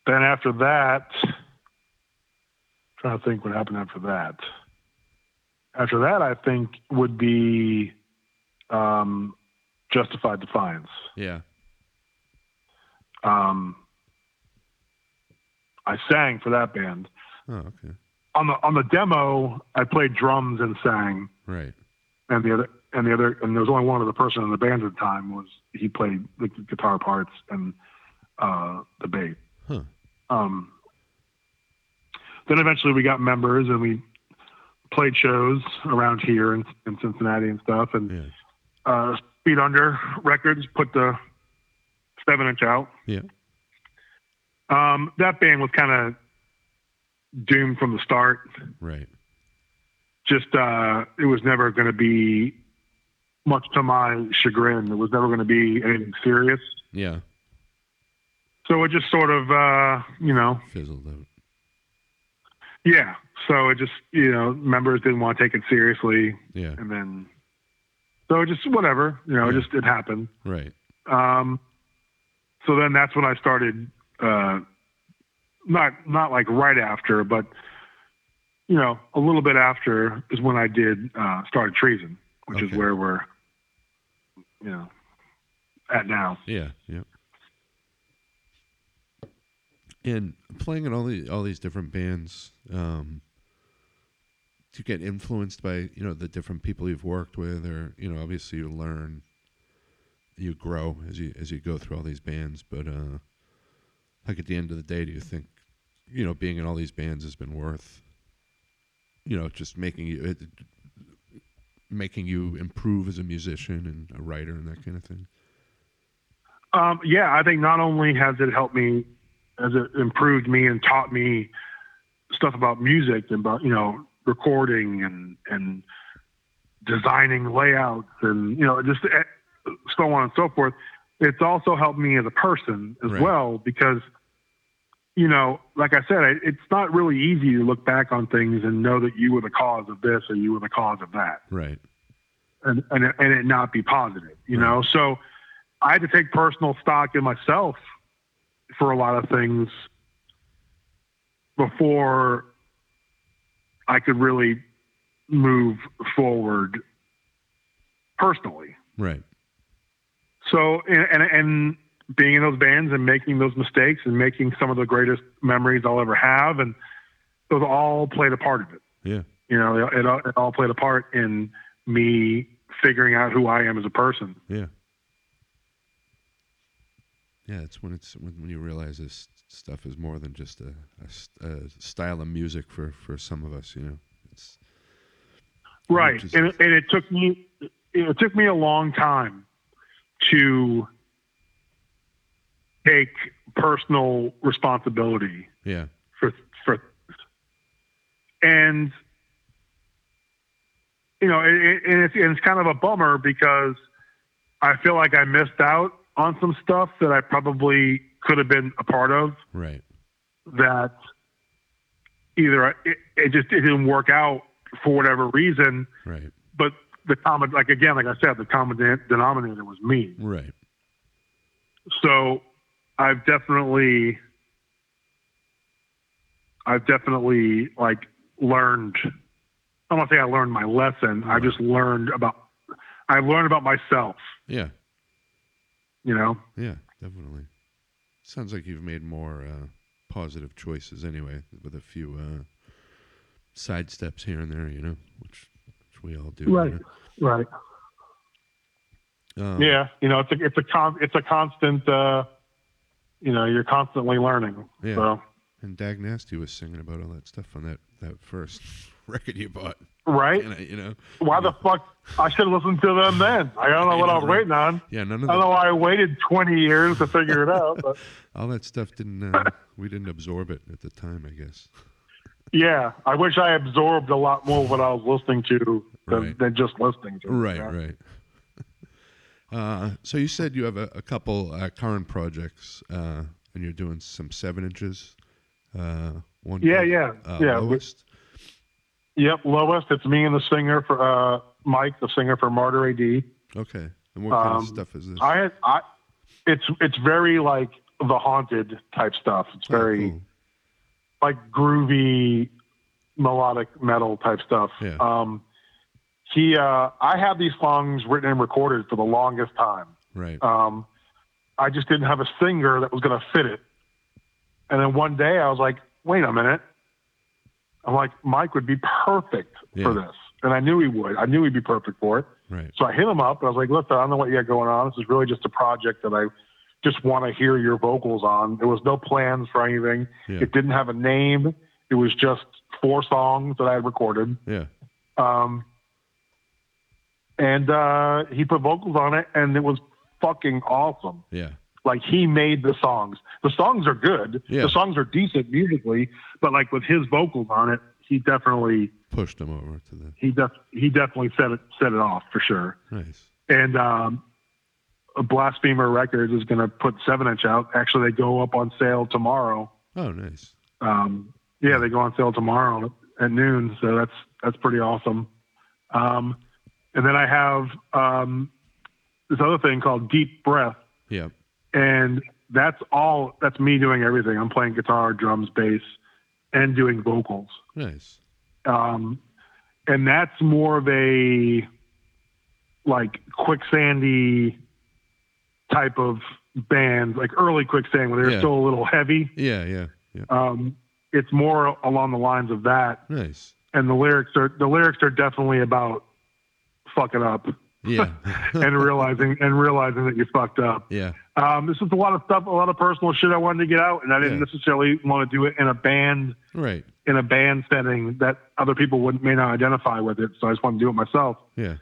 [SPEAKER 2] then after that trying to think what happened after that. After that, I think would be um, Justified Defiance.
[SPEAKER 1] Yeah.
[SPEAKER 2] Um, I sang for that band.
[SPEAKER 1] Oh, okay.
[SPEAKER 2] On the on the demo, I played drums and sang,
[SPEAKER 1] Right.
[SPEAKER 2] and the other and the other and there was only one other person in the band at the time was he played the guitar parts and uh, the bass.
[SPEAKER 1] Huh.
[SPEAKER 2] Um, then eventually we got members and we played shows around here in, in Cincinnati and stuff. And
[SPEAKER 1] Yeah.
[SPEAKER 2] uh, Speed Under Records put the seven inch out.
[SPEAKER 1] Yeah.
[SPEAKER 2] Um, that band was kind of doomed from the start.
[SPEAKER 1] Right.
[SPEAKER 2] Just uh, it was never going to be, much to my chagrin, it was never going to be anything serious.
[SPEAKER 1] Yeah.
[SPEAKER 2] So it just sort of, uh, you know,
[SPEAKER 1] Fizzled out.
[SPEAKER 2] yeah. So it just, you know, members didn't want to take it seriously.
[SPEAKER 1] Yeah.
[SPEAKER 2] and then so just whatever you know
[SPEAKER 1] Yeah.
[SPEAKER 2] just it happened
[SPEAKER 1] Right.
[SPEAKER 2] um so then that's when i started uh not not like right after but you know a little bit after is when i did uh started treason which is
[SPEAKER 1] Okay.
[SPEAKER 2] where we're you know at now
[SPEAKER 1] Yeah. Yeah. And playing in all the all these different bands, um, do you get influenced by you know the different people you've worked with, or you know obviously you learn, you grow as you as you go through all these bands. But uh, like at the end of the day, do you think you know being in all these bands has been worth, you know, just making you it, making you improve as a musician and a writer and that kind of thing?
[SPEAKER 2] Um, yeah, I think not only has it helped me, has it improved me and taught me stuff about music and about you know recording and and designing layouts and you know just eh, so on and so forth. It's also helped me as a person as
[SPEAKER 1] Right.
[SPEAKER 2] well because you know, like I said, I, it's not really easy to look back on things and know that you were the cause of this or you were the cause of that
[SPEAKER 1] Right.
[SPEAKER 2] and and, and it not be positive, you
[SPEAKER 1] Right.
[SPEAKER 2] know. So I had to take personal stock in myself for a lot of things before I could really move forward personally.
[SPEAKER 1] Right.
[SPEAKER 2] So and and, and being in those bands and making those mistakes and making some of the greatest memories I'll ever have, and those all played a part of it
[SPEAKER 1] Yeah.
[SPEAKER 2] you know it, all- it all played a part in me figuring out who i am as a person
[SPEAKER 1] Yeah. Yeah, it's when it's when, when you realize this stuff is more than just a, a s- a style of music for for some of us, you know. It's
[SPEAKER 2] right
[SPEAKER 1] Which is-
[SPEAKER 2] and, it- and it took me it took me a long time to take personal responsibility
[SPEAKER 1] yeah,
[SPEAKER 2] for for and you know it, it, and it's, and it's kind of a bummer because i feel like i missed out on some stuff that i probably could have been a part of
[SPEAKER 1] right.
[SPEAKER 2] that either I- it, it just it didn't work out for whatever reason,
[SPEAKER 1] Right.
[SPEAKER 2] but the common like again, like I said, the common de- denominator was me.
[SPEAKER 1] Right.
[SPEAKER 2] So I've definitely, I've definitely like learned. I don't want to say I learned my lesson. I just learned about. I learned about myself.
[SPEAKER 1] Yeah.
[SPEAKER 2] You know.
[SPEAKER 1] Yeah, definitely. Sounds like you've made more uh positive choices anyway with a few uh sidesteps here and there, you know, which which we all do. you
[SPEAKER 2] Right. Right.
[SPEAKER 1] know? Um,
[SPEAKER 2] Yeah. You know, it's a it's a con, it's a constant. Uh, you know, you're constantly learning.
[SPEAKER 1] Yeah.
[SPEAKER 2] So.
[SPEAKER 1] And Dag Nasty was singing about all that stuff on that that first [laughs] record you bought.
[SPEAKER 2] Right?
[SPEAKER 1] And I- you know.
[SPEAKER 2] Why the fuck? I should have listened to them then. I don't know what I was
[SPEAKER 1] Right.
[SPEAKER 2] waiting on.
[SPEAKER 1] Yeah, none of
[SPEAKER 2] I don't know
[SPEAKER 1] that,
[SPEAKER 2] why I waited 20 years to figure it out.
[SPEAKER 1] [laughs]
[SPEAKER 2] But
[SPEAKER 1] all that stuff didn't.
[SPEAKER 2] [laughs]
[SPEAKER 1] Uh, we didn't absorb it at the time, I guess.
[SPEAKER 2] yeah, I wish I absorbed a lot more of what I was listening to than,
[SPEAKER 1] Right.
[SPEAKER 2] than just listening to. it,
[SPEAKER 1] Right,
[SPEAKER 2] you know?
[SPEAKER 1] right. [laughs] Uh, so you said you have a, a couple uh, current projects, uh, and you're doing some seven inches. Uh, one
[SPEAKER 2] Yeah,
[SPEAKER 1] called,
[SPEAKER 2] yeah,
[SPEAKER 1] uh,
[SPEAKER 2] yeah.
[SPEAKER 1] Lowest.
[SPEAKER 2] Yep, lowest. It's me and the singer for uh, Mike, the singer for Martyr AD.
[SPEAKER 1] Okay. And what kind
[SPEAKER 2] Um,
[SPEAKER 1] of stuff is this? Oh,
[SPEAKER 2] I had, I, it's it's very like the haunted type stuff. It's
[SPEAKER 1] Oh,
[SPEAKER 2] very
[SPEAKER 1] cool.
[SPEAKER 2] like groovy melodic metal type stuff.
[SPEAKER 1] Yeah.
[SPEAKER 2] Um, he uh, I had these songs written and recorded for the longest time.
[SPEAKER 1] Right.
[SPEAKER 2] Um, I just didn't have a singer that was going to fit it. And then one day I was like, wait a minute. I'm like, Mike would be perfect
[SPEAKER 1] Yeah.
[SPEAKER 2] for this. And I knew he would. I knew he'd be perfect for it.
[SPEAKER 1] Right.
[SPEAKER 2] So I hit him up and I was like, listen, I don't know what you got going on. This is really just a project that I just want to hear your vocals on. There was no plans for anything.
[SPEAKER 1] Yeah.
[SPEAKER 2] It didn't have a name. It was just four songs that I had recorded.
[SPEAKER 1] Yeah.
[SPEAKER 2] Um, and uh, he put vocals on it, and it was fucking awesome.
[SPEAKER 1] Yeah.
[SPEAKER 2] Like he made the songs. The songs are good.
[SPEAKER 1] Yeah.
[SPEAKER 2] The songs are decent musically, but like with his vocals on it, he definitely
[SPEAKER 1] Pushed him over to the
[SPEAKER 2] he def- he definitely set it set it off for sure.
[SPEAKER 1] nice.
[SPEAKER 2] And um, Blasphemer Records is going to put seven inch out. Actually, they go up on sale tomorrow.
[SPEAKER 1] Oh, nice.
[SPEAKER 2] Um, yeah, they go on sale tomorrow at noon, so that's that's pretty awesome. Um, and then I have um, this other thing called Deep Breath,
[SPEAKER 1] Yeah.
[SPEAKER 2] and that's all. That's me doing everything. I'm playing guitar, drums, bass, and doing vocals.
[SPEAKER 1] Nice.
[SPEAKER 2] Um, and that's more of a like quicksandy type of band, like early quicksand, where they're
[SPEAKER 1] Yeah.
[SPEAKER 2] still a little heavy.
[SPEAKER 1] Yeah. Yeah. Yeah.
[SPEAKER 2] Um, it's more along the lines of that,
[SPEAKER 1] Nice.
[SPEAKER 2] and the lyrics are the lyrics are definitely about fucking up [laughs]
[SPEAKER 1] Yeah. [laughs]
[SPEAKER 2] and realizing and realizing that you fucked up.
[SPEAKER 1] yeah.
[SPEAKER 2] Um, this is a lot of stuff, a lot of personal shit I wanted to get out, and I didn't
[SPEAKER 1] Yeah.
[SPEAKER 2] necessarily want to do it in a band
[SPEAKER 1] Right.
[SPEAKER 2] in a band setting that other people would may not identify with it. So I just wanted to do it myself.
[SPEAKER 1] Yeah.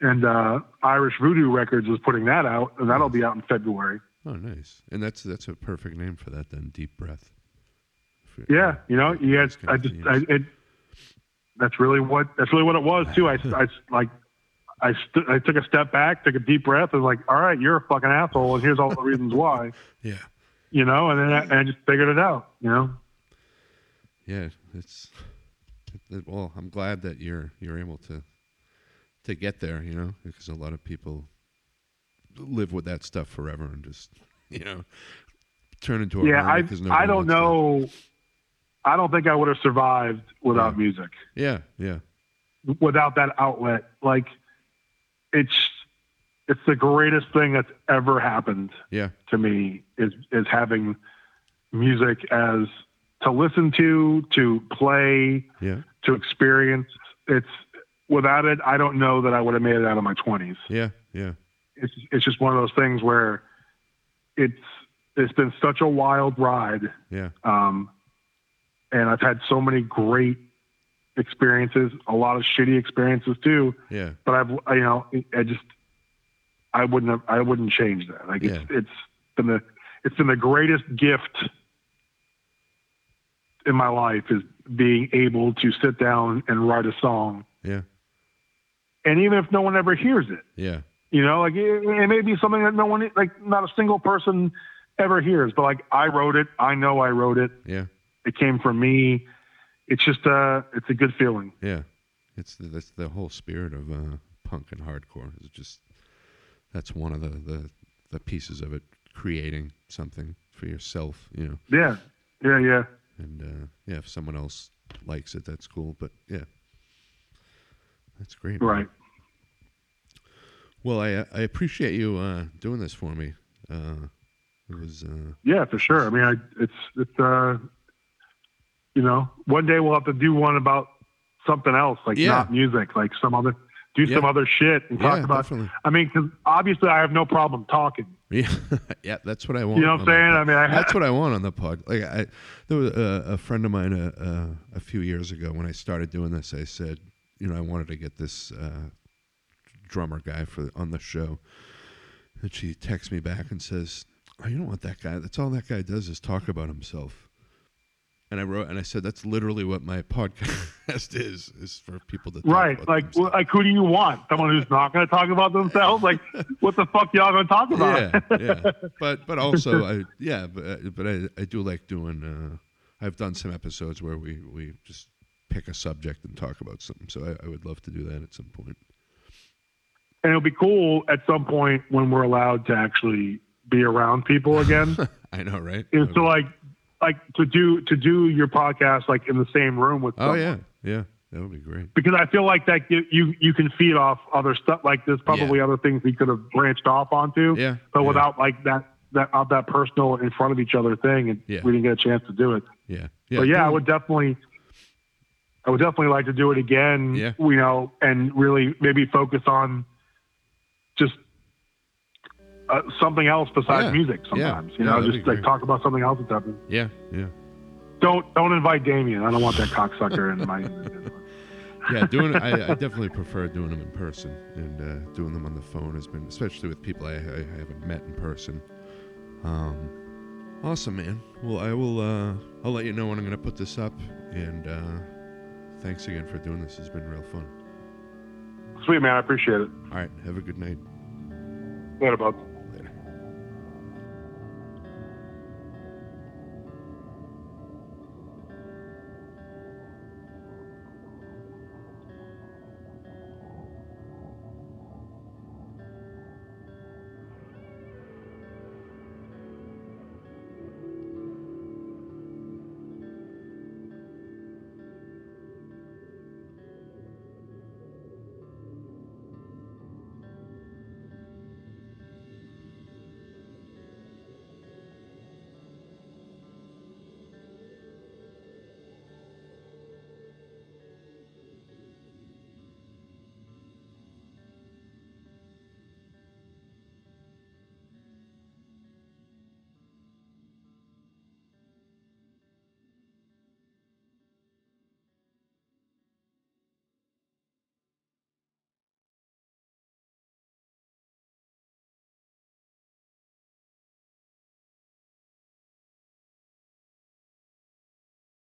[SPEAKER 2] And uh, Irish Voodoo Records is putting that out, and that'll be out in February.
[SPEAKER 1] Oh, nice. And that's that's a perfect name for that. Then deep breath. For-
[SPEAKER 2] Yeah, you know, you
[SPEAKER 1] those
[SPEAKER 2] guys, I
[SPEAKER 1] kind of
[SPEAKER 2] just,
[SPEAKER 1] themes.
[SPEAKER 2] I, it, that's really what, that's really what it was too. I, I like, I, st- I took a step back, took a deep breath, and was like, all right, you're a fucking asshole, and here's all the reasons why,
[SPEAKER 1] yeah.
[SPEAKER 2] you know, and then I, and I just figured it out, you know.
[SPEAKER 1] Yeah. It's. It, it- well, I'm glad that you're you're able to to get there. You know, because a lot of people live with that stuff forever and just [laughs] you know turn into a
[SPEAKER 2] yeah,
[SPEAKER 1] hermit
[SPEAKER 2] I,
[SPEAKER 1] 'cause nobody
[SPEAKER 2] I don't
[SPEAKER 1] wants to-
[SPEAKER 2] know, I don't think I would have survived without
[SPEAKER 1] Yeah.
[SPEAKER 2] music,
[SPEAKER 1] Yeah. Yeah.
[SPEAKER 2] without that outlet. Like, it's, it's the greatest thing that's ever happened.
[SPEAKER 1] Yeah.
[SPEAKER 2] to me is is having music as to listen to, to play,
[SPEAKER 1] Yeah.
[SPEAKER 2] to experience. It's without it, I don't know that I would have made it out of my twenties.
[SPEAKER 1] Yeah. Yeah.
[SPEAKER 2] It's it's just one of those things where it's it's been such a wild ride,
[SPEAKER 1] Yeah.
[SPEAKER 2] um, and I've had so many great experiences, a lot of shitty experiences too.
[SPEAKER 1] Yeah.
[SPEAKER 2] But I've I- you know I just I wouldn't have, I wouldn't change that. Like it's it's been the it's been the greatest gift in my life is being able to sit down and write a song.
[SPEAKER 1] Yeah.
[SPEAKER 2] And even if no one ever hears it,
[SPEAKER 1] Yeah.
[SPEAKER 2] you know, like it, it may be something that no one like not a single person ever hears, but like I wrote it, I know I wrote it.
[SPEAKER 1] Yeah.
[SPEAKER 2] It came from me. It's just uh it's a good feeling.
[SPEAKER 1] Yeah, it's the, that's the whole spirit of uh, punk and hardcore. It's just that's one of the, the the pieces of it, creating something for yourself, you know.
[SPEAKER 2] Yeah. Yeah, yeah.
[SPEAKER 1] And uh, yeah, if someone else likes it, that's cool. But yeah, that's great. man.
[SPEAKER 2] Right.
[SPEAKER 1] Well, I I appreciate you uh, doing this for me. Uh, it was uh,
[SPEAKER 2] Yeah, for sure. I mean, I, it's it's uh, you know, one day we'll have to do one about something else, like
[SPEAKER 1] Yeah.
[SPEAKER 2] not music, like some other, do some
[SPEAKER 1] Yeah.
[SPEAKER 2] other shit and talk
[SPEAKER 1] yeah,
[SPEAKER 2] about.
[SPEAKER 1] definitely.
[SPEAKER 2] I mean, 'cause obviously I have no problem talking.
[SPEAKER 1] [laughs] Yeah, yeah, that's what I want.
[SPEAKER 2] You know
[SPEAKER 1] on
[SPEAKER 2] what I'm
[SPEAKER 1] my
[SPEAKER 2] saying?
[SPEAKER 1] pod.
[SPEAKER 2] I mean, I ha-
[SPEAKER 1] that's what I want on the pod. Like, I there was a, a friend of mine uh, uh, a few years ago when I started doing this. I said, you know, I wanted to get this uh, drummer guy for on the show, and she texts me back and says, "Oh, you don't want that guy. That's all that guy does is talk about himself." And I wrote and I said, "That's literally what my podcast [laughs] is is for people to talk
[SPEAKER 2] Right,
[SPEAKER 1] about
[SPEAKER 2] like,
[SPEAKER 1] themselves."
[SPEAKER 2] like who do you want? Someone who's not going to talk about
[SPEAKER 1] [laughs]
[SPEAKER 2] themselves? Like, what the fuck y'all going to talk about?
[SPEAKER 1] yeah,
[SPEAKER 2] [laughs]
[SPEAKER 1] yeah. But but also I yeah, but but I, I do like doing. Uh, I've done some episodes where we we just pick a subject and talk about something. So I, I would love to do that at some point. [laughs]
[SPEAKER 2] And it'll be cool at some point when we're allowed to actually be around people
[SPEAKER 1] [laughs]
[SPEAKER 2] again.
[SPEAKER 1] I know, right?
[SPEAKER 2] is
[SPEAKER 1] I
[SPEAKER 2] to
[SPEAKER 1] would-
[SPEAKER 2] like, like to do to do your podcast like in the same room with.
[SPEAKER 1] oh
[SPEAKER 2] someone.
[SPEAKER 1] yeah, yeah, That would be great.
[SPEAKER 2] because I feel like that you you, you can feed off other stuff. Like there's probably other things we could have branched off onto,
[SPEAKER 1] Yeah,
[SPEAKER 2] but
[SPEAKER 1] yeah.
[SPEAKER 2] without like that that out that personal in front of each other thing, and
[SPEAKER 1] Yeah.
[SPEAKER 2] we didn't get a chance to do it.
[SPEAKER 1] Yeah.
[SPEAKER 2] but yeah, I
[SPEAKER 1] do-
[SPEAKER 2] would definitely. I would definitely like to do it again,
[SPEAKER 1] Yeah.
[SPEAKER 2] you know, and really maybe focus on just uh, something else besides
[SPEAKER 1] Yeah.
[SPEAKER 2] music sometimes, you
[SPEAKER 1] Yeah,
[SPEAKER 2] know,
[SPEAKER 1] that'd be
[SPEAKER 2] just like
[SPEAKER 1] great.
[SPEAKER 2] talk about something else that's happening.
[SPEAKER 1] Yeah. Yeah.
[SPEAKER 2] Don't, don't invite Damien. I don't want that cocksucker
[SPEAKER 1] [laughs]
[SPEAKER 2] in my,
[SPEAKER 1] yeah, doing I, I definitely prefer doing them in person, and uh, doing them on the phone has been, especially with people I, I haven't met in person. Um, awesome, man. Well, I will. Uh, I'll let you know when I'm going to put this up, and uh, thanks again for doing this. It's been real fun.
[SPEAKER 2] Sweet man, I appreciate it.
[SPEAKER 1] All right, have a good night.
[SPEAKER 2] Later, bud.